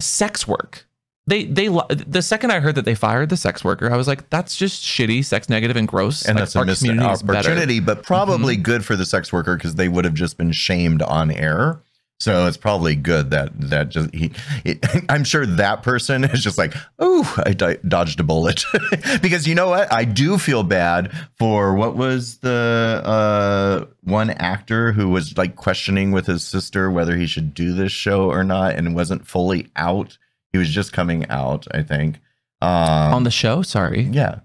[SPEAKER 2] sex work. They they li- the second I heard that they fired the sex worker, I was like, that's just shitty, sex negative, and gross.
[SPEAKER 1] and
[SPEAKER 2] Like,
[SPEAKER 1] that's a
[SPEAKER 2] our
[SPEAKER 1] missed
[SPEAKER 2] community is better. Mm-hmm.
[SPEAKER 1] opportunity, but probably good for the sex worker because they would have just been shamed on air. So it's probably good that that just he. It, I'm sure that person is just like, oh, I di- dodged a bullet, because you know what? I do feel bad for what was the uh, one actor who was like questioning with his sister whether he should do this show or not, and wasn't fully out. He was just coming out, I think. Um,
[SPEAKER 2] on the show. Sorry,
[SPEAKER 1] yeah,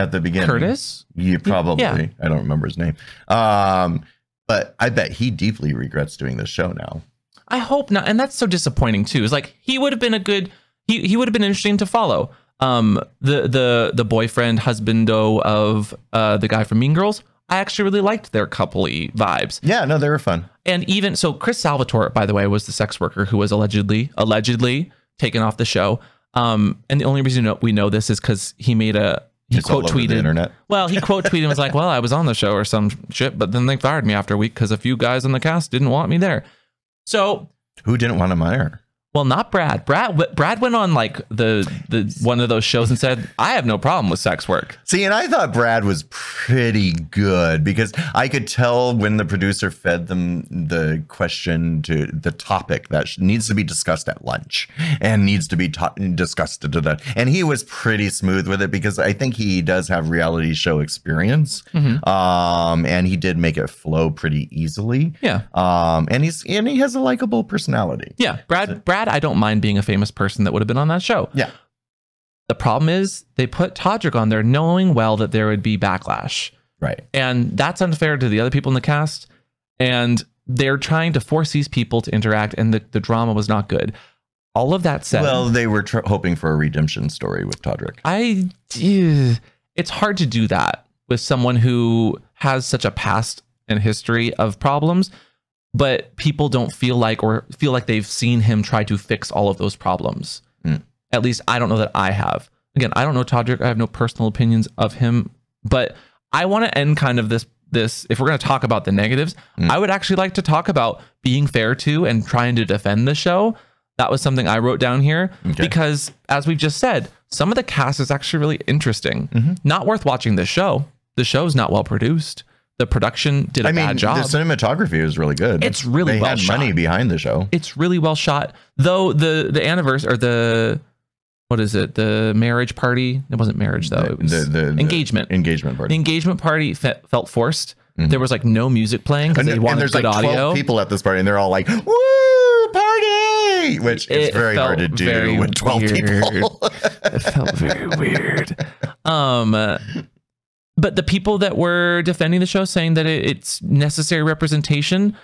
[SPEAKER 1] at the beginning,
[SPEAKER 2] Curtis.
[SPEAKER 1] you probably.
[SPEAKER 2] Yeah.
[SPEAKER 1] I don't remember his name. Um, but I bet he deeply regrets doing this show now.
[SPEAKER 2] I hope not. And that's so disappointing too. Is like he would have been a good he he would have been interesting to follow. Um the the the boyfriend husbando of uh the guy from Mean Girls. I actually really liked their coupley vibes.
[SPEAKER 1] Yeah, no, they were fun.
[SPEAKER 2] And even so Chris Salvatore by the way was the sex worker who was allegedly allegedly taken off the show. Um and the only reason we know this is cuz he made a he
[SPEAKER 1] It's all
[SPEAKER 2] quote
[SPEAKER 1] over the
[SPEAKER 2] tweeted
[SPEAKER 1] internet.
[SPEAKER 2] well, he quote tweeted and was like, "Well, I was on the show or some shit, but then they fired me after a week because a few guys on the cast didn't want me there." So
[SPEAKER 1] Who didn't want him on air?
[SPEAKER 2] well, not Brad. Brad w- Brad went on like the the one of those shows and said, "I have no problem with sex work."
[SPEAKER 1] See, and I thought Brad was pretty good because I could tell when the producer fed them the question to the topic that sh- needs to be discussed at lunch and needs to be ta- discussed. da, da, da. And he was pretty smooth with it because I think he does have reality show experience.
[SPEAKER 2] Mm-hmm.
[SPEAKER 1] Um, and he did make it flow pretty easily.
[SPEAKER 2] Yeah.
[SPEAKER 1] Um, and he's and he has a likable personality.
[SPEAKER 2] Yeah, Brad Brad, I don't mind being a famous person that would have been on that show.
[SPEAKER 1] Yeah.
[SPEAKER 2] The problem is they put Todrick on there knowing well that there would be backlash.
[SPEAKER 1] Right.
[SPEAKER 2] And that's unfair to the other people in the cast. And they're trying to force these people to interact and the, the drama was not good. All of that said,
[SPEAKER 1] Well, they were tr- hoping for a redemption story with Todrick.
[SPEAKER 2] I eh, it's hard to do that with someone who has such a past and history of problems, but people don't feel like or feel like they've seen him try to fix all of those problems.
[SPEAKER 1] Mm.
[SPEAKER 2] At least I don't know that I have. Again, I don't know Todrick. I have no personal opinions of him, but I want to end kind of this this if we're going to talk about the negatives,
[SPEAKER 1] Hmm.
[SPEAKER 2] I would actually like to talk about being fair to and trying to defend the show. That was something I wrote down here
[SPEAKER 1] Okay.
[SPEAKER 2] because as we've just said, some of the cast is actually really interesting.
[SPEAKER 1] Mm-hmm.
[SPEAKER 2] Not worth watching this show. The show's not well produced. The production did a
[SPEAKER 1] I mean,
[SPEAKER 2] bad job.
[SPEAKER 1] the cinematography is really good.
[SPEAKER 2] It's really
[SPEAKER 1] they
[SPEAKER 2] well
[SPEAKER 1] had
[SPEAKER 2] shot.
[SPEAKER 1] money behind the show.
[SPEAKER 2] it's really well shot. Though the the anniversary or the what is it? The marriage party? It wasn't marriage though. It was
[SPEAKER 1] The- the- the
[SPEAKER 2] engagement.
[SPEAKER 1] engagement part.
[SPEAKER 2] the engagement party fe- felt forced. There was like no music playing because
[SPEAKER 1] And,
[SPEAKER 2] they
[SPEAKER 1] and
[SPEAKER 2] wanted
[SPEAKER 1] there's like
[SPEAKER 2] good
[SPEAKER 1] 12
[SPEAKER 2] audio.
[SPEAKER 1] people at this party, and they're all like, "Woo, party!" Which is
[SPEAKER 2] It
[SPEAKER 1] very hard to
[SPEAKER 2] felt very
[SPEAKER 1] do with 12 people.
[SPEAKER 2] it felt very weird. Um, uh, but the people that were defending the show saying that it, it's necessary representation.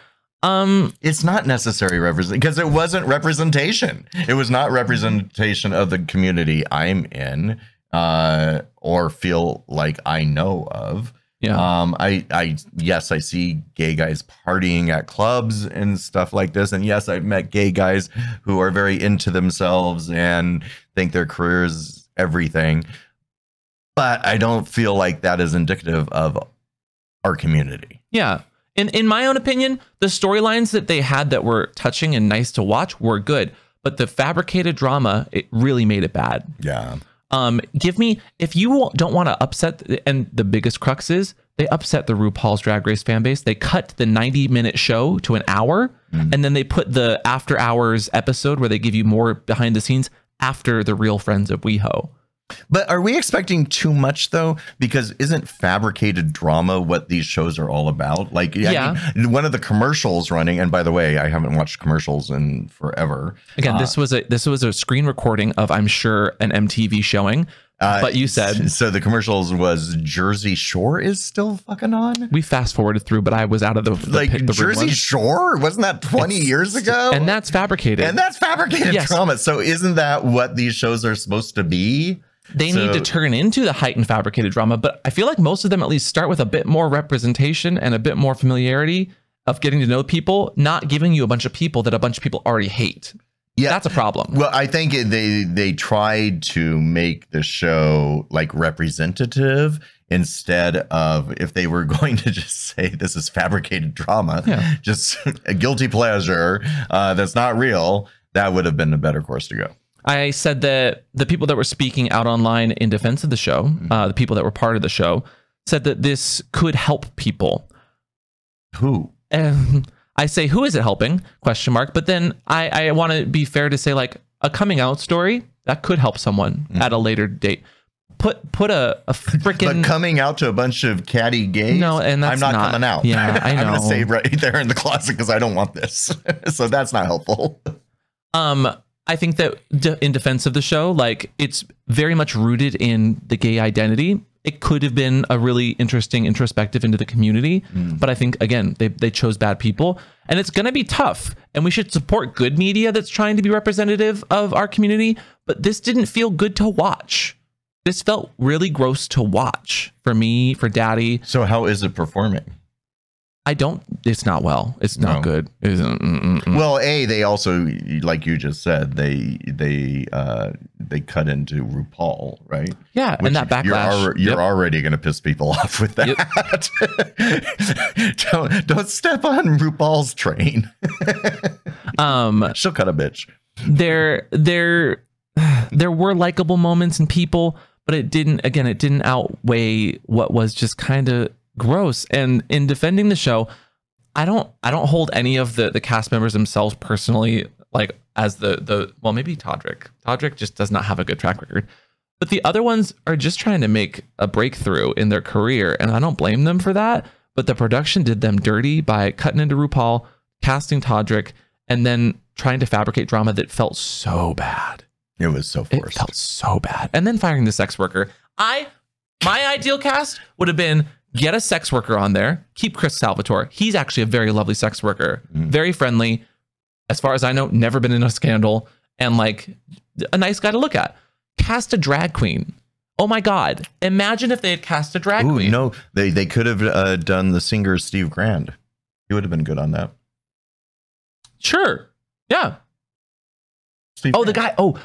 [SPEAKER 2] Um,
[SPEAKER 1] it's not necessary represent because it wasn't representation. It was not representation of the community I'm in uh, or feel like I know of.
[SPEAKER 2] yeah.
[SPEAKER 1] Um, I, I, yes, I see gay guys partying at clubs and stuff like this. And yes, I've met gay guys who are very into themselves and think their career is everything. But I don't feel like that is indicative of our community.
[SPEAKER 2] Yeah. In in my own opinion, the storylines that they had that were touching and nice to watch were good, but the fabricated drama it really made it bad.
[SPEAKER 1] Yeah.
[SPEAKER 2] Um, give me if you don't want to upset, and the biggest crux is they upset the RuPaul's Drag Race fan base. They cut the ninety minute show to an hour, and then they put the after hours episode where they give you more behind the scenes after the real friends of WeHo.
[SPEAKER 1] But are we expecting too much though? Because isn't fabricated drama what these shows are all about? Like, I
[SPEAKER 2] Yeah.
[SPEAKER 1] mean, one of the commercials running, and by the way, I haven't watched commercials in forever.
[SPEAKER 2] Again, this was a this was a screen recording of I'm sure an MTV showing,
[SPEAKER 1] Uh,
[SPEAKER 2] but you said
[SPEAKER 1] so. The commercials was Jersey Shore is still fucking on.
[SPEAKER 2] we fast forwarded through, but I was out of the, the
[SPEAKER 1] Like
[SPEAKER 2] pic- the room
[SPEAKER 1] Jersey
[SPEAKER 2] one.
[SPEAKER 1] Shore wasn't that twenty years ago?
[SPEAKER 2] and that's fabricated.
[SPEAKER 1] And that's fabricated
[SPEAKER 2] Yes.
[SPEAKER 1] drama. So isn't that what these shows are supposed to be?
[SPEAKER 2] they
[SPEAKER 1] so-
[SPEAKER 2] need to turn into the heightened fabricated drama. But I feel like most of them at least start with a bit more representation and a bit more familiarity of getting to know people, not giving you a bunch of people that a bunch of people already hate.
[SPEAKER 1] Yeah.
[SPEAKER 2] That's a problem.
[SPEAKER 1] Well, I think it- they they tried to make the show like representative instead of if they were going to just say this is fabricated drama,
[SPEAKER 2] Yeah.
[SPEAKER 1] just a guilty pleasure uh, that's not real. That would have been a better course to go.
[SPEAKER 2] I said that the people that were speaking out online in defense of the show,
[SPEAKER 1] Mm-hmm.
[SPEAKER 2] uh, the people that were part of the show, said that this could help people.
[SPEAKER 1] Who?
[SPEAKER 2] And Um, I say, who is it helping? Question mark. But then I, I want to be fair to say, like a coming out story that could help someone at a later date. Put put a, a freaking
[SPEAKER 1] But coming out to a bunch of catty gays.
[SPEAKER 2] No, and that's
[SPEAKER 1] I'm not,
[SPEAKER 2] not-
[SPEAKER 1] coming out.
[SPEAKER 2] yeah, I
[SPEAKER 1] I'm gonna
[SPEAKER 2] know.
[SPEAKER 1] stay right there in the closet because I don't want this. so that's not helpful.
[SPEAKER 2] Um, I think that d- in defense of the show, like it's very much rooted in the gay identity. It could have been a really interesting introspective into the community,
[SPEAKER 1] Mm.
[SPEAKER 2] but I think again they they chose bad people, and it's gonna be tough. And we should support good media that's trying to be representative of our community. But this didn't feel good to watch. This felt really gross to watch for me, for Daddy.
[SPEAKER 1] So how is it performing?
[SPEAKER 2] I don't. It's not well. It's not
[SPEAKER 1] No.
[SPEAKER 2] good. It's, mm, mm, mm, mm.
[SPEAKER 1] Well, a they also, like you just said, they they uh they cut into RuPaul, right?
[SPEAKER 2] yeah,
[SPEAKER 1] Which
[SPEAKER 2] and that backlash.
[SPEAKER 1] You're, alre- you're
[SPEAKER 2] Yep.
[SPEAKER 1] already going to piss people off with that. don't don't step on RuPaul's train.
[SPEAKER 2] um,
[SPEAKER 1] She'll cut a bitch.
[SPEAKER 2] there there there were likable moments and people but it didn't again it didn't outweigh what was just kind of gross and in defending the show i don't i don't hold any of the the cast members themselves personally like as the the well maybe todrick todrick just does not have a good track record but the other ones are just trying to make a breakthrough in their career and i don't blame them for that but the production did them dirty by cutting into rupaul casting todrick and then trying to fabricate drama that felt so bad.
[SPEAKER 1] It was so
[SPEAKER 2] It
[SPEAKER 1] forced.
[SPEAKER 2] felt so bad. And then firing the sex worker. I, my ideal cast would have been get a sex worker on there, keep Chris Salvatore. He's actually a very lovely sex worker, very friendly. As far as I know, never been in a scandal and like a nice guy to look at. Cast a drag queen. Oh my God. Imagine if they had cast a drag
[SPEAKER 1] Ooh,
[SPEAKER 2] queen.
[SPEAKER 1] you know they they could have uh, done the singer Steve Grand. He would have been good on that.
[SPEAKER 2] Sure. Yeah.
[SPEAKER 1] Steve
[SPEAKER 2] Oh, the
[SPEAKER 1] Grand.
[SPEAKER 2] guy. Oh,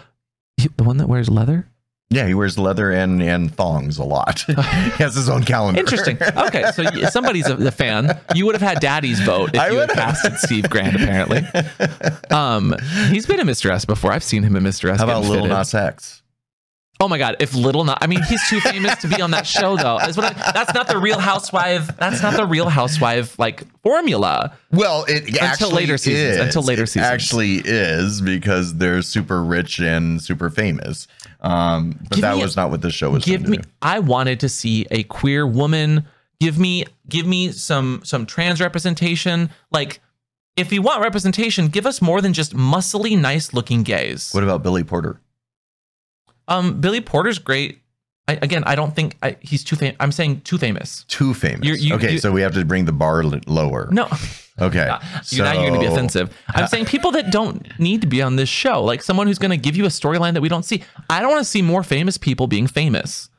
[SPEAKER 2] he- the one that wears leather?
[SPEAKER 1] Yeah, he wears leather and and thongs a lot. he has his own calendar.
[SPEAKER 2] Interesting. Okay, so y- somebody's a, a fan. You would have had Daddy's vote if
[SPEAKER 1] I
[SPEAKER 2] you had
[SPEAKER 1] would've.
[SPEAKER 2] casted Steve Grant. Apparently, um, he's been in Mr. S before. I've seen him in Mr. S.
[SPEAKER 1] How about
[SPEAKER 2] getting
[SPEAKER 1] Lil
[SPEAKER 2] fitted.
[SPEAKER 1] Nas X?
[SPEAKER 2] Oh my God! If Little Nas, I mean, he's too famous to be on that show, though. That's, what I, that's not the Real Housewife. That's not the Real Housewife like formula.
[SPEAKER 1] Well, it until actually
[SPEAKER 2] later seasons,
[SPEAKER 1] Is.
[SPEAKER 2] until later
[SPEAKER 1] It
[SPEAKER 2] seasons.
[SPEAKER 1] actually is because they're super rich and super famous. Um, but
[SPEAKER 2] Give
[SPEAKER 1] that
[SPEAKER 2] me a-
[SPEAKER 1] was not what the show was.
[SPEAKER 2] give
[SPEAKER 1] trying to
[SPEAKER 2] me
[SPEAKER 1] do.
[SPEAKER 2] i wanted to see a queer woman give me give me some some trans representation like if you want representation give us more than just muscly nice looking gays
[SPEAKER 1] What about Billy Porter?
[SPEAKER 2] um billy porter's great I, again i don't think I, he's too famous i'm saying too famous
[SPEAKER 1] Too famous.
[SPEAKER 2] You're- you-
[SPEAKER 1] okay,
[SPEAKER 2] you-
[SPEAKER 1] so we have to bring the bar li- lower.
[SPEAKER 2] no
[SPEAKER 1] Okay.
[SPEAKER 2] you're now you're gonna be
[SPEAKER 1] so-
[SPEAKER 2] offensive i'm saying people that don't need to be on this show like someone who's gonna give you a storyline that we don't see i don't want to see more famous people being famous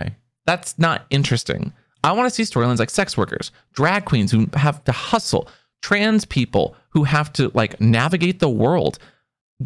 [SPEAKER 1] Okay.
[SPEAKER 2] That's not interesting. I want to see storylines like sex workers, drag queens who have to hustle, trans people who have to like navigate the world.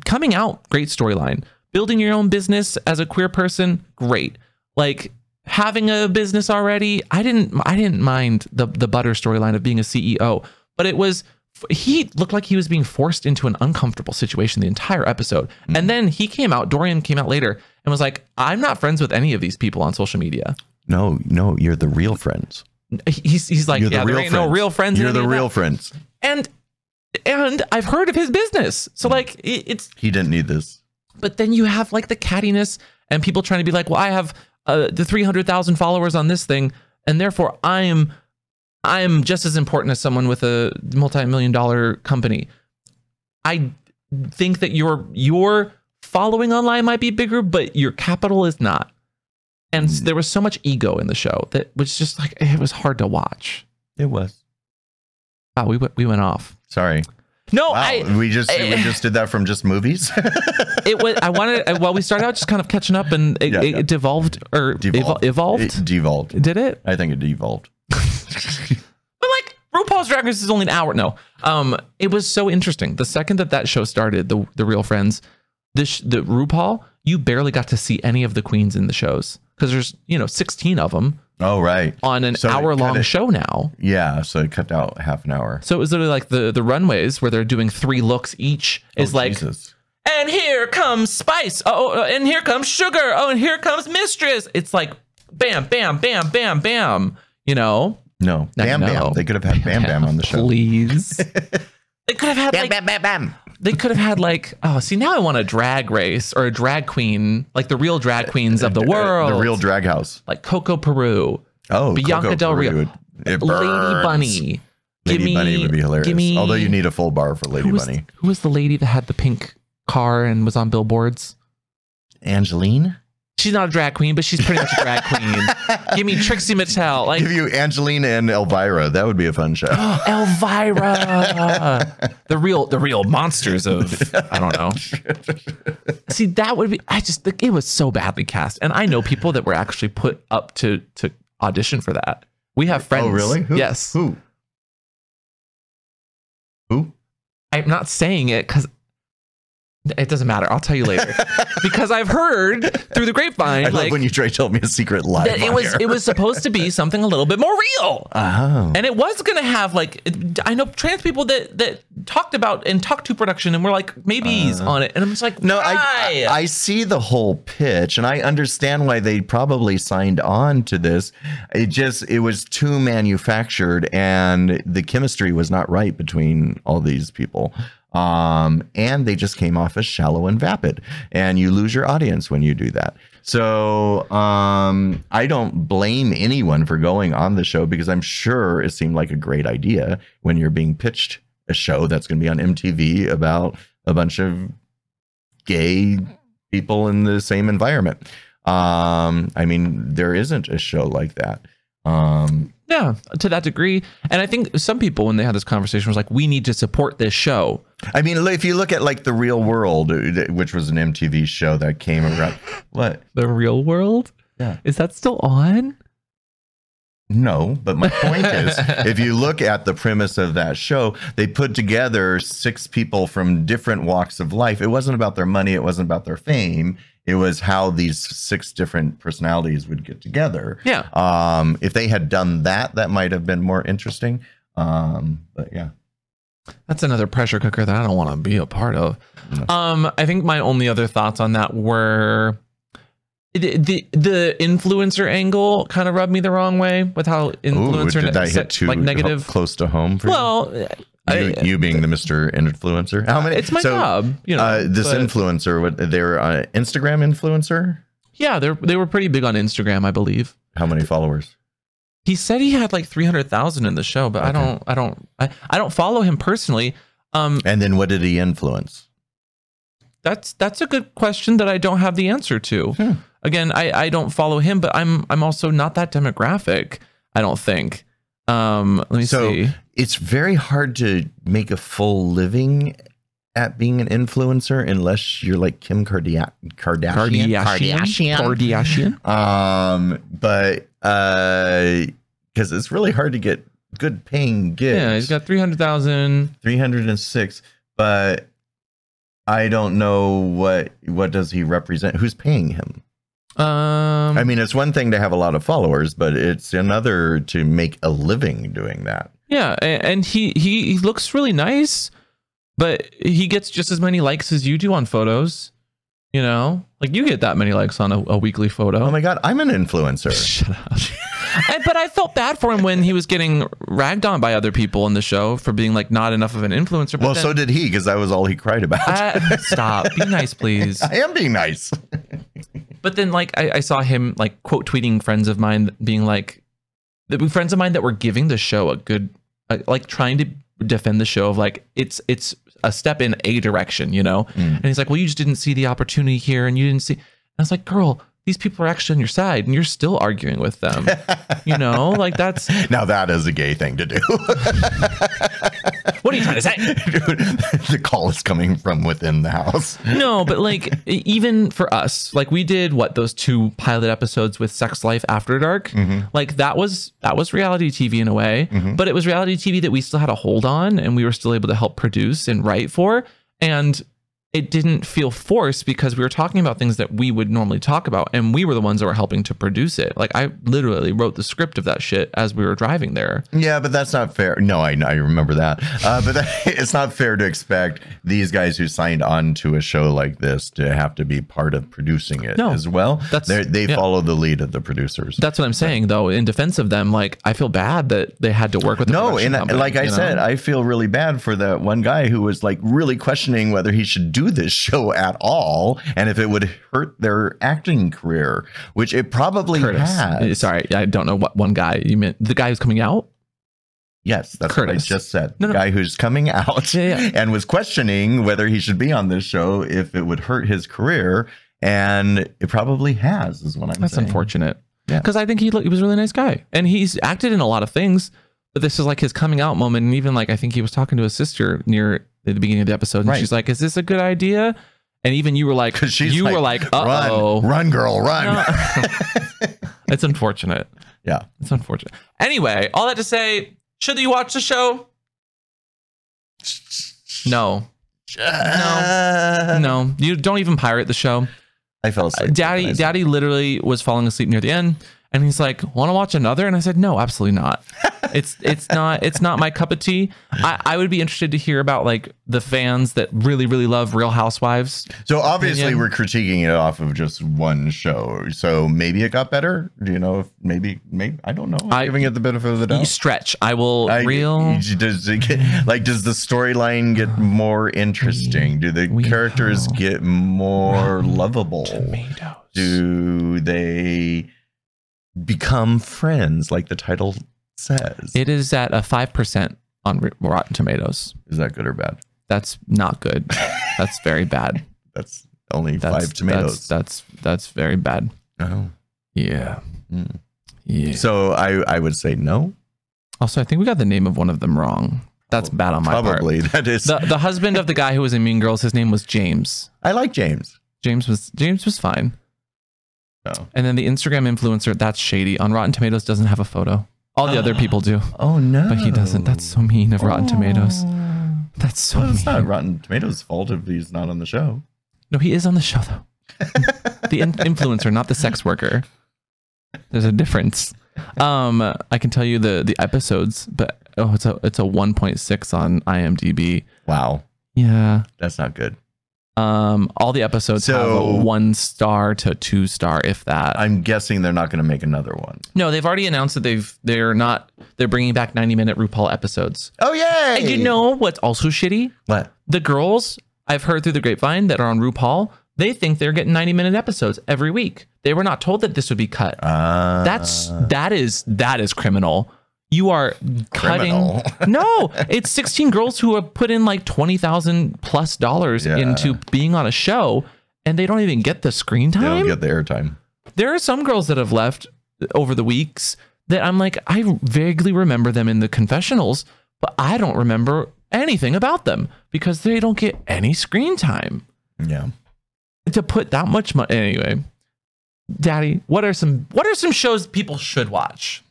[SPEAKER 2] Coming out, great storyline. Building your own business as a queer person, great. Like having a business already, I didn't I didn't mind the the butter storyline of being a CEO, but it was he looked like he was being forced into an uncomfortable situation the entire episode.
[SPEAKER 1] Mm.
[SPEAKER 2] And then he came out, Dorian came out later and was like, "I'm not friends with any of these people on social media."
[SPEAKER 1] No, no, you're the real friends.
[SPEAKER 2] he's he's like,
[SPEAKER 1] You're
[SPEAKER 2] yeah,
[SPEAKER 1] the
[SPEAKER 2] there
[SPEAKER 1] real
[SPEAKER 2] ain't no real friends. in
[SPEAKER 1] You're
[SPEAKER 2] any
[SPEAKER 1] the
[SPEAKER 2] of that."
[SPEAKER 1] real friends.
[SPEAKER 2] and and I've heard of his business,
[SPEAKER 1] Mm.
[SPEAKER 2] so like it, it's.
[SPEAKER 1] He didn't need this.
[SPEAKER 2] But then you have like the cattiness and people trying to be like, well, I have uh, the three hundred thousand followers on this thing, and therefore I'm I'm just as important as someone with a multi-million dollar company. I think that your your following online might be bigger, but your capital is not. And
[SPEAKER 1] Mm.
[SPEAKER 2] s- there was so much ego in the show that was just like it was hard to watch.
[SPEAKER 1] It was.
[SPEAKER 2] Wow, we went we went off.
[SPEAKER 1] Sorry.
[SPEAKER 2] No,
[SPEAKER 1] Wow,
[SPEAKER 2] Oh, I
[SPEAKER 1] we just we
[SPEAKER 2] I-
[SPEAKER 1] just did that from just movies.
[SPEAKER 2] it was I wanted I- well we started out just kind of catching up and it,
[SPEAKER 1] Yeah,
[SPEAKER 2] it
[SPEAKER 1] yeah.
[SPEAKER 2] devolved or evol-
[SPEAKER 1] Devolved.
[SPEAKER 2] evolved
[SPEAKER 1] It devolved.
[SPEAKER 2] did it
[SPEAKER 1] I think it devolved.
[SPEAKER 2] but like RuPaul's Drag Race is only an hour. No, um, it was so interesting. The second that that show started, the the Real Friends, this the RuPaul, you barely got to see any of the queens in the shows because there's you know 16 of them
[SPEAKER 1] Oh, right.
[SPEAKER 2] on an
[SPEAKER 1] So it
[SPEAKER 2] hour long
[SPEAKER 1] kinda-
[SPEAKER 2] show now.
[SPEAKER 1] Yeah. So it cut out half an hour.
[SPEAKER 2] So it was literally like the the runways where they're doing three looks each is
[SPEAKER 1] Oh,
[SPEAKER 2] like
[SPEAKER 1] Jesus.
[SPEAKER 2] and here comes spice. Oh, and here comes sugar. Oh, and here comes mistress. It's like bam, bam, bam, bam, bam. You know,
[SPEAKER 1] No.
[SPEAKER 2] I
[SPEAKER 1] Bam
[SPEAKER 2] know.
[SPEAKER 1] Bam. They could have had Bam Bam on the show.
[SPEAKER 2] Please, they could have had like
[SPEAKER 1] Bam Bam Bam.
[SPEAKER 2] they could have had like oh, see now I want a drag race or a drag queen like the real drag queens of the world,
[SPEAKER 1] The real drag house.
[SPEAKER 2] like Coco Peru,
[SPEAKER 1] Oh,
[SPEAKER 2] Bianca
[SPEAKER 1] Coco
[SPEAKER 2] Del Rio.
[SPEAKER 1] Peru. It
[SPEAKER 2] Lady
[SPEAKER 1] burns.
[SPEAKER 2] Bunny.
[SPEAKER 1] Lady
[SPEAKER 2] Gimme-
[SPEAKER 1] Bunny would be hilarious.
[SPEAKER 2] gimme-
[SPEAKER 1] Although you need a full bar for Lady
[SPEAKER 2] who was,
[SPEAKER 1] Bunny.
[SPEAKER 2] Who was the lady that had the pink car and was on billboards?
[SPEAKER 1] Angeline?
[SPEAKER 2] She's not a drag queen, but she's pretty much a drag queen. Give me Trixie Mattel. Like
[SPEAKER 1] Give you Angeline and Elvira. That would be a fun show.
[SPEAKER 2] Elvira, the real the real monsters of I don't know. See, that would be I just think it was so badly cast, and I know people that were actually put up to to audition for that. We have friends.
[SPEAKER 1] Oh, really? Who?
[SPEAKER 2] Yes.
[SPEAKER 1] Who? Who?
[SPEAKER 2] I'm not saying it because it doesn't matter. I'll tell you later because I've heard through the grapevine
[SPEAKER 1] I
[SPEAKER 2] like
[SPEAKER 1] love when you try to tell me a secret lie.
[SPEAKER 2] that it was it was supposed to be something a little bit more real.
[SPEAKER 1] Oh.
[SPEAKER 2] and it was gonna have like it- I know trans people that that talked about and talked to production and were like maybes on it, and I'm just like
[SPEAKER 1] No, I,
[SPEAKER 2] why?
[SPEAKER 1] I see the whole pitch and I understand why they probably signed on to this. It just it was too manufactured and the chemistry was not right between all these people. Um and they just came off as shallow and vapid and you lose your audience when you do that. So, um I don't blame anyone for going on the show because I'm sure it seemed like a great idea when you're being pitched a show that's going to be on MTV about a bunch of gay people in the same environment. Um, I mean, there isn't a show like that. Um,
[SPEAKER 2] yeah, to that degree, and I think some people when they had this conversation was like, we need to support this show.
[SPEAKER 1] I mean, if you look at like the Real World, uh, which was an MTV show that came around, what?
[SPEAKER 2] The real world,
[SPEAKER 1] Yeah.
[SPEAKER 2] is that still on?
[SPEAKER 1] No, but my point is, if you look at the premise of that show, they put together six people from different walks of life. It wasn't about their money, it wasn't about their fame. It was how these six different personalities would get together.
[SPEAKER 2] Yeah,
[SPEAKER 1] Um, if they had done that, that might have been more interesting. Um, but yeah,
[SPEAKER 2] that's another pressure cooker that I don't want to be a part of. Um, I think my only other thoughts on that were. The, the the influencer angle kind of rubbed me the wrong way with how influencer
[SPEAKER 1] Ooh, did that
[SPEAKER 2] ne-
[SPEAKER 1] hit too
[SPEAKER 2] like negative
[SPEAKER 1] ho- close to home for
[SPEAKER 2] Well,
[SPEAKER 1] you?
[SPEAKER 2] I-
[SPEAKER 1] you? you being the Mister Influencer. How many?
[SPEAKER 2] it's my
[SPEAKER 1] so,
[SPEAKER 2] job, you know.
[SPEAKER 1] uh, this
[SPEAKER 2] but-
[SPEAKER 1] influencer, what they're uh, Instagram influencer.
[SPEAKER 2] yeah, they they were pretty big on Instagram, I believe.
[SPEAKER 1] How many followers?
[SPEAKER 2] He said he had like three hundred thousand in the show, but I
[SPEAKER 1] Okay.
[SPEAKER 2] don't, I don't, I, I don't follow him personally. Um,
[SPEAKER 1] And then what did he influence?
[SPEAKER 2] that's that's a good question that I don't have the answer to.
[SPEAKER 1] Hmm.
[SPEAKER 2] Again, I I don't follow him, but I'm I'm also not that demographic. I don't think. Um, let me
[SPEAKER 1] So-
[SPEAKER 2] see.
[SPEAKER 1] It's very hard to make a full living at being an influencer unless you're like Kim Kardia- Kardashian.
[SPEAKER 2] Kardashian. Kardashian.
[SPEAKER 1] um but uh because it's really hard to get good paying gigs
[SPEAKER 2] Yeah, he's got three hundred thousand.
[SPEAKER 1] 306 but i don't know what what does he represent who's paying him
[SPEAKER 2] Um,
[SPEAKER 1] i mean it's one thing to have a lot of followers but it's another to make a living doing that
[SPEAKER 2] Yeah, a- and he he, he looks really nice, but he gets just as many likes as you do on photos. You know, like you get that many likes on a, a weekly photo.
[SPEAKER 1] oh my god i'm an influencer
[SPEAKER 2] Shut up. And- but I felt bad for him when he was getting ragged on by other people in the show for being like not enough of an influencer. But
[SPEAKER 1] well
[SPEAKER 2] then-
[SPEAKER 1] so did he because that was all he cried about
[SPEAKER 2] I- stop. Be nice, please.
[SPEAKER 1] i am being nice
[SPEAKER 2] But then, like, I, I saw him like quote tweeting friends of mine, being like, the friends of mine that were giving the show a good, uh, like, trying to defend the show of like it's it's a step in a direction, you know.
[SPEAKER 1] Mm.
[SPEAKER 2] And he's like, well, you just didn't see the opportunity here, and you didn't see. And I was like, girl, these people are actually on your side and you're still arguing with them. you know, like that's
[SPEAKER 1] Now that is a gay thing to do.
[SPEAKER 2] what are you trying to say?
[SPEAKER 1] Dude, the call is coming from within the house.
[SPEAKER 2] no, but like e- even for us, like we did what those two pilot episodes with Sex Life After Dark.
[SPEAKER 1] Mm-hmm.
[SPEAKER 2] Like that was that was reality TV in a way, but it was reality TV that we still had a hold on and we were still able to help produce and write for and it didn't feel forced because we were talking about things that we would normally talk about and we were the ones that were helping to produce it. Like I literally wrote the script of that shit as we were driving there.
[SPEAKER 1] Yeah, but that's not fair. No, I I remember that. Uh, but that, it's not fair to expect these guys who signed on to a show like this to have to be part of producing it
[SPEAKER 2] No,
[SPEAKER 1] as well.
[SPEAKER 2] that's-
[SPEAKER 1] They're- they
[SPEAKER 2] yeah.
[SPEAKER 1] follow the lead of the producers.
[SPEAKER 2] That's what I'm saying though in defense of them like I feel bad that they had to work with the
[SPEAKER 1] no,
[SPEAKER 2] production
[SPEAKER 1] and I-
[SPEAKER 2] company,
[SPEAKER 1] like I
[SPEAKER 2] you know?
[SPEAKER 1] said, I feel really bad for that one guy who was like really questioning whether he should do this show at all and if it would hurt their acting career, which it probably
[SPEAKER 2] Curtis. Uh,
[SPEAKER 1] has.
[SPEAKER 2] Sorry, I don't know what one guy you meant. The guy who's coming out.
[SPEAKER 1] Yes, that's what I
[SPEAKER 2] Curtis.
[SPEAKER 1] just said.
[SPEAKER 2] No,
[SPEAKER 1] the
[SPEAKER 2] no.
[SPEAKER 1] guy who's coming out
[SPEAKER 2] Yeah, yeah.
[SPEAKER 1] and was questioning whether he should be on this show if it would hurt his career, and it probably has, is what I'm
[SPEAKER 2] That's
[SPEAKER 1] saying.
[SPEAKER 2] unfortunate.
[SPEAKER 1] Yeah.
[SPEAKER 2] because I think he lo- he was a really nice guy, and he's acted in a lot of things. But this is like his coming out moment, and even like I think he was talking to his sister near the beginning of the episode, and
[SPEAKER 1] Right.
[SPEAKER 2] she's like, "Is this a good idea?" And even you were like,
[SPEAKER 1] Because she's
[SPEAKER 2] you
[SPEAKER 1] like,
[SPEAKER 2] were like, "Uh
[SPEAKER 1] run,
[SPEAKER 2] oh,
[SPEAKER 1] run, girl, run.
[SPEAKER 2] it's unfortunate."
[SPEAKER 1] Yeah.
[SPEAKER 2] it's unfortunate. Anyway, all that to say, should you watch the show? No,
[SPEAKER 1] no,
[SPEAKER 2] no, you don't even pirate the show.
[SPEAKER 1] I fell asleep.
[SPEAKER 2] daddy
[SPEAKER 1] Guys.
[SPEAKER 2] daddy literally was falling asleep near the end and he's like want to watch another and i said no absolutely not it's it's not it's not my cup of tea I, I would be interested to hear about like the fans that really really love real housewives
[SPEAKER 1] So obviously
[SPEAKER 2] opinion.
[SPEAKER 1] we're critiquing it off of just one show. So maybe it got better. Do you know if maybe maybe I don't know. I'm
[SPEAKER 2] I-
[SPEAKER 1] giving it the benefit of the
[SPEAKER 2] you
[SPEAKER 1] doubt.
[SPEAKER 2] stretch i will
[SPEAKER 1] I-
[SPEAKER 2] real
[SPEAKER 1] does it get, like does the storyline get more interesting? Do the
[SPEAKER 2] We
[SPEAKER 1] characters
[SPEAKER 2] have
[SPEAKER 1] get more lovable?
[SPEAKER 2] tomatoes
[SPEAKER 1] Do they become friends like the title says? Is
[SPEAKER 2] it is at a 5% on Ro- rotten tomatoes
[SPEAKER 1] that good or bad?
[SPEAKER 2] that's not good that's very bad
[SPEAKER 1] That's only
[SPEAKER 2] that's
[SPEAKER 1] five tomatoes.
[SPEAKER 2] that's that's, that's very bad
[SPEAKER 1] Oh.
[SPEAKER 2] yeah
[SPEAKER 1] Mm.
[SPEAKER 2] yeah
[SPEAKER 1] So I I would say no.
[SPEAKER 2] also i think we got the name of one of them wrong that's bad on my part
[SPEAKER 1] Probably that is.
[SPEAKER 2] the the husband of the guy who was in Mean Girls, his name was James.
[SPEAKER 1] I like James.
[SPEAKER 2] James was James was fine.
[SPEAKER 1] Oh.
[SPEAKER 2] And then the Instagram influencer, that's shady. On Rotten Tomatoes doesn't have a photo. All the other people do,
[SPEAKER 1] Oh no!
[SPEAKER 2] but he doesn't. That's so mean of Rotten Tomatoes. That's so
[SPEAKER 1] Well, it's not
[SPEAKER 2] mean.
[SPEAKER 1] Rotten Tomatoes' fault if he's not on the show.
[SPEAKER 2] No, he is on the show though. the in- influencer, not the sex worker. There's a difference. Um, I can tell you the the episodes, but oh, it's a it's a 1.6 on IMDb.
[SPEAKER 1] Wow,
[SPEAKER 2] Yeah.
[SPEAKER 1] that's not good.
[SPEAKER 2] Um, all the episodes
[SPEAKER 1] So-
[SPEAKER 2] have a one star to two star, if that.
[SPEAKER 1] I'm guessing they're not going to make another one.
[SPEAKER 2] no, they've already announced that they've they're not they're bringing back ninety minute RuPaul episodes.
[SPEAKER 1] Oh yay!
[SPEAKER 2] And you know what's also shitty?
[SPEAKER 1] what?
[SPEAKER 2] The girls I've heard through the grapevine that are on RuPaul, they think they're getting ninety minute episodes every week. They were not told that this would be cut.
[SPEAKER 1] Uh,
[SPEAKER 2] That's that is that is criminal. You are cutting.
[SPEAKER 1] criminal.
[SPEAKER 2] no, it's 16 girls who have put in like 20,000 plus dollars
[SPEAKER 1] Yeah.
[SPEAKER 2] into being on a show and they don't even get the screen
[SPEAKER 1] they
[SPEAKER 2] time.
[SPEAKER 1] don't get the airtime.
[SPEAKER 2] there are some girls that have left over the weeks that I'm like, I vaguely remember them in the confessionals, but I don't remember anything about them because they don't get any screen time
[SPEAKER 1] Yeah.
[SPEAKER 2] to put that much money. Anyway, daddy, what are some, what are some shows people should watch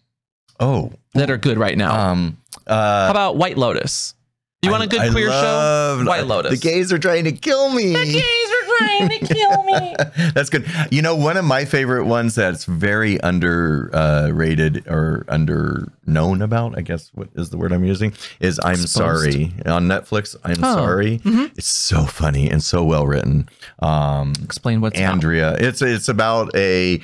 [SPEAKER 1] Oh.
[SPEAKER 2] that are good right now?
[SPEAKER 1] Um.
[SPEAKER 2] How
[SPEAKER 1] Uh.
[SPEAKER 2] about White Lotus? You want a good
[SPEAKER 1] I
[SPEAKER 2] queer
[SPEAKER 1] love-
[SPEAKER 2] show? White Lotus.
[SPEAKER 1] The gays are trying to kill me. that's good. You know, one of my favorite ones that's very underrated uh, rated or under known about, I guess what is the word I'm using, is I'm
[SPEAKER 2] Exposed.
[SPEAKER 1] Sorry on Netflix. I'm
[SPEAKER 2] Oh,
[SPEAKER 1] Sorry.
[SPEAKER 2] mhm.
[SPEAKER 1] It's so funny and so well written. Um,
[SPEAKER 2] Explain what's about.
[SPEAKER 1] Andrea, it's it's about a,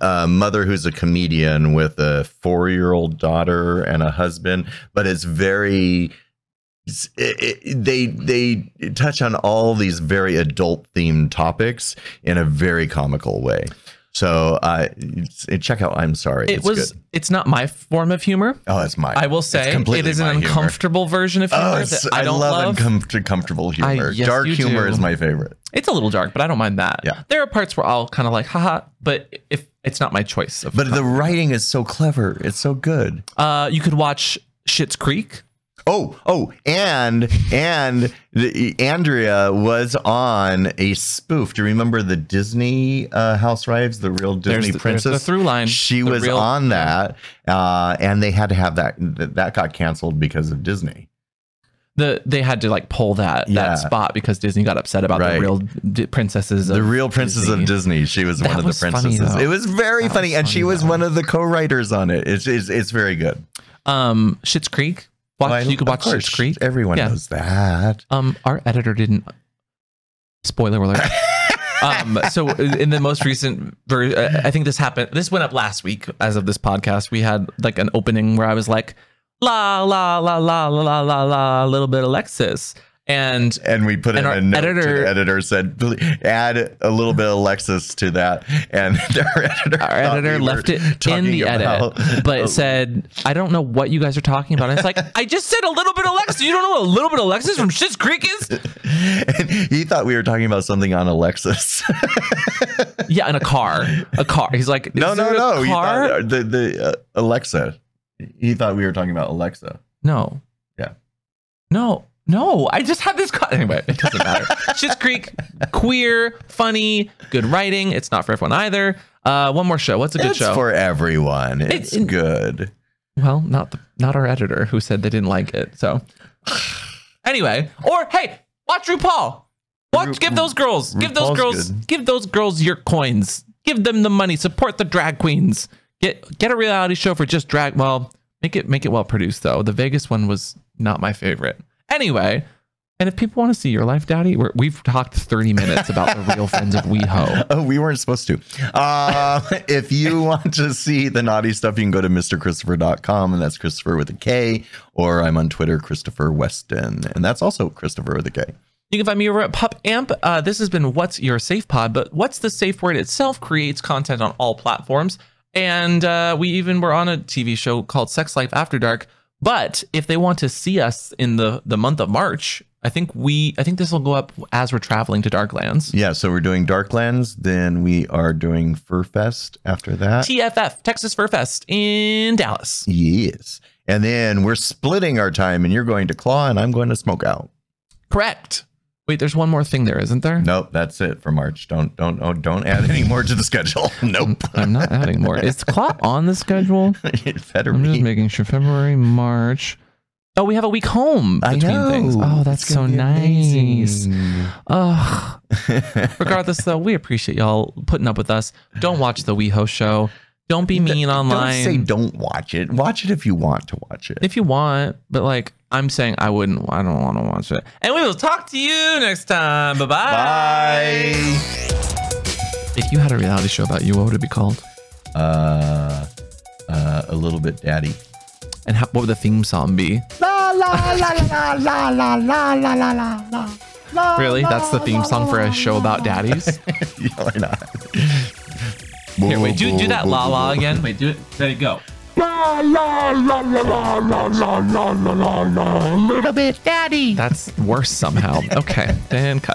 [SPEAKER 1] uh mother who's a comedian with a four year old daughter and a husband, but it's very. it's- It, it, they they touch on all these very adult themed topics in a very comical way. So uh, it's- it- check out I'm Sorry.
[SPEAKER 2] It
[SPEAKER 1] It's
[SPEAKER 2] was.
[SPEAKER 1] good.
[SPEAKER 2] It's not my form of humor.
[SPEAKER 1] Oh, it's my.
[SPEAKER 2] I will
[SPEAKER 1] it's
[SPEAKER 2] say it
[SPEAKER 1] completely
[SPEAKER 2] is an
[SPEAKER 1] my humor.
[SPEAKER 2] uncomfortable version of humor
[SPEAKER 1] Oh, it's,
[SPEAKER 2] that
[SPEAKER 1] I,
[SPEAKER 2] I don't
[SPEAKER 1] love,
[SPEAKER 2] love.
[SPEAKER 1] uncomfortable humor.
[SPEAKER 2] yes,
[SPEAKER 1] Dark
[SPEAKER 2] you
[SPEAKER 1] humor
[SPEAKER 2] do.
[SPEAKER 1] is my favorite.
[SPEAKER 2] it's a little dark, but I don't mind that.
[SPEAKER 1] Yeah.
[SPEAKER 2] There are parts where I'll kind of like, haha, but if it's not my choice. Of
[SPEAKER 1] But the
[SPEAKER 2] com-
[SPEAKER 1] writing is so clever. It's so good.
[SPEAKER 2] uh, you could watch Shit's Creek.
[SPEAKER 1] Oh, oh, and and the, Andrea was on a spoof. Do you remember the Disney uh, Housewives, the real Disney
[SPEAKER 2] the,
[SPEAKER 1] princess?
[SPEAKER 2] the through line.
[SPEAKER 1] she
[SPEAKER 2] the
[SPEAKER 1] was
[SPEAKER 2] real-
[SPEAKER 1] on that, uh, and they had to have that. That that got canceled because of Disney.
[SPEAKER 2] The they had to like pull that
[SPEAKER 1] Yeah.
[SPEAKER 2] that spot because Disney got upset about
[SPEAKER 1] Right.
[SPEAKER 2] the real d- princesses. Of,
[SPEAKER 1] The real princess
[SPEAKER 2] Disney.
[SPEAKER 1] of Disney. She was
[SPEAKER 2] That
[SPEAKER 1] one of
[SPEAKER 2] was
[SPEAKER 1] the
[SPEAKER 2] funny,
[SPEAKER 1] princesses.
[SPEAKER 2] though.
[SPEAKER 1] it was very
[SPEAKER 2] That was
[SPEAKER 1] funny, and she
[SPEAKER 2] funny,
[SPEAKER 1] was
[SPEAKER 2] though.
[SPEAKER 1] one of the co-writers on it. It's it's, it's very good.
[SPEAKER 2] um Shit's Creek. Watch
[SPEAKER 1] Why,
[SPEAKER 2] you could
[SPEAKER 1] of
[SPEAKER 2] watch
[SPEAKER 1] course,
[SPEAKER 2] Shit's Creek.
[SPEAKER 1] Everyone
[SPEAKER 2] Yeah.
[SPEAKER 1] knows that.
[SPEAKER 2] Um, our editor didn't. Spoiler alert. um, so in the most recent, ver- uh, I think this happened. This went up last week as of this podcast. We had like an opening where I was like, la la la la la la la la, a little bit of Lexus, and
[SPEAKER 1] And we put
[SPEAKER 2] And
[SPEAKER 1] in
[SPEAKER 2] our
[SPEAKER 1] a note to
[SPEAKER 2] editor-
[SPEAKER 1] the editor said, "Please add a little bit of Lexus to that. And our editor,
[SPEAKER 2] our
[SPEAKER 1] thought
[SPEAKER 2] editor
[SPEAKER 1] we were
[SPEAKER 2] left it in
[SPEAKER 1] talking
[SPEAKER 2] the
[SPEAKER 1] about-
[SPEAKER 2] edit, but it said, "I don't know what you guys are talking about." And it's like, I just said a little bit of Lexus. You don't know what a little bit of Lexus from Shit's Creek is?
[SPEAKER 1] And he thought we were talking about something on Alexis.
[SPEAKER 2] Yeah, in a car, a car. He's like,
[SPEAKER 1] no,
[SPEAKER 2] "Is
[SPEAKER 1] no,
[SPEAKER 2] there a
[SPEAKER 1] no. He
[SPEAKER 2] car?
[SPEAKER 1] thought, the the uh, Alexa. He thought we were talking about Alexa.
[SPEAKER 2] No.
[SPEAKER 1] Yeah.
[SPEAKER 2] No. No. I just had this. Co- anyway, it doesn't matter. Shit's Creek, queer, funny, good writing. It's not for everyone either. Uh, one more show. What's a good
[SPEAKER 1] it's
[SPEAKER 2] show?
[SPEAKER 1] for everyone. It's
[SPEAKER 2] it-
[SPEAKER 1] good.
[SPEAKER 2] well, not the, not our editor who said they didn't like it. So anyway, or hey, watch RuPaul. Watch.
[SPEAKER 1] Ru-
[SPEAKER 2] give those girls. give those
[SPEAKER 1] RuPaul's
[SPEAKER 2] girls.
[SPEAKER 1] good.
[SPEAKER 2] Give those girls your coins. Give them the money. Support the drag queens. Get get a reality show for just drag. Well, make it make it well produced though. The Vegas one was not my favorite. Anyway. And if people want to see your life, Daddy, we're, we've talked 30 minutes about the real friends of WeHo.
[SPEAKER 1] Oh, we weren't supposed to. Uh, if you want to see the naughty stuff, you can go to mrchristopher.com, and that's Christopher with a K, or I'm on Twitter, Christopher Weston, and that's also Christopher with a K.
[SPEAKER 2] You can find me over at Pup Amp. Uh, this has been What's Your Safe Pod, but What's the Safe Word itself creates content on all platforms. And uh, we even were on a TV show called Sex Life After Dark. But if they want to see us in the, the month of March, I think we I think this will go up as we're traveling to Darklands.
[SPEAKER 1] Yeah, so we're doing Darklands, then we are doing Furfest after that.
[SPEAKER 2] TFF, Texas Fur Fest in Dallas.
[SPEAKER 1] yes. And then we're splitting our time, and you're going to Claw, and I'm going to Smoke Out.
[SPEAKER 2] Correct. Wait, there's one more thing there, isn't there?
[SPEAKER 1] Nope, that's it for March. Don't don't oh, don't add any more to the schedule. Nope.
[SPEAKER 2] I'm not adding more. Is Claw on the schedule?
[SPEAKER 1] it better
[SPEAKER 2] I'm just
[SPEAKER 1] be.
[SPEAKER 2] making sure February, March. Oh, we have a week home
[SPEAKER 1] I
[SPEAKER 2] between
[SPEAKER 1] know.
[SPEAKER 2] things. Oh, that's
[SPEAKER 1] It's
[SPEAKER 2] so
[SPEAKER 1] gonna be
[SPEAKER 2] nice.
[SPEAKER 1] amazing.
[SPEAKER 2] Ugh. Regardless, though, we appreciate y'all putting up with us. Don't watch the WeHo show. Don't be mean online
[SPEAKER 1] Don't say don't watch it. Watch it if you want to watch it.
[SPEAKER 2] if you want, but like I'm saying, I wouldn't. I don't want to watch it. And we will talk to you next time. Bye bye.
[SPEAKER 1] Bye.
[SPEAKER 2] If you had a reality show about you, what would it be called?
[SPEAKER 1] Uh, uh, a little bit, daddy.
[SPEAKER 2] And how, what would the theme song be?
[SPEAKER 1] La la la la la la la la la la la.
[SPEAKER 2] Really? That's the theme song for a show about daddies?
[SPEAKER 1] Why not?
[SPEAKER 2] Here, wait, do, do that la la again. Wait, do it. Let it go.
[SPEAKER 1] A little bit, daddy.
[SPEAKER 2] That's worse somehow. Okay, then cut.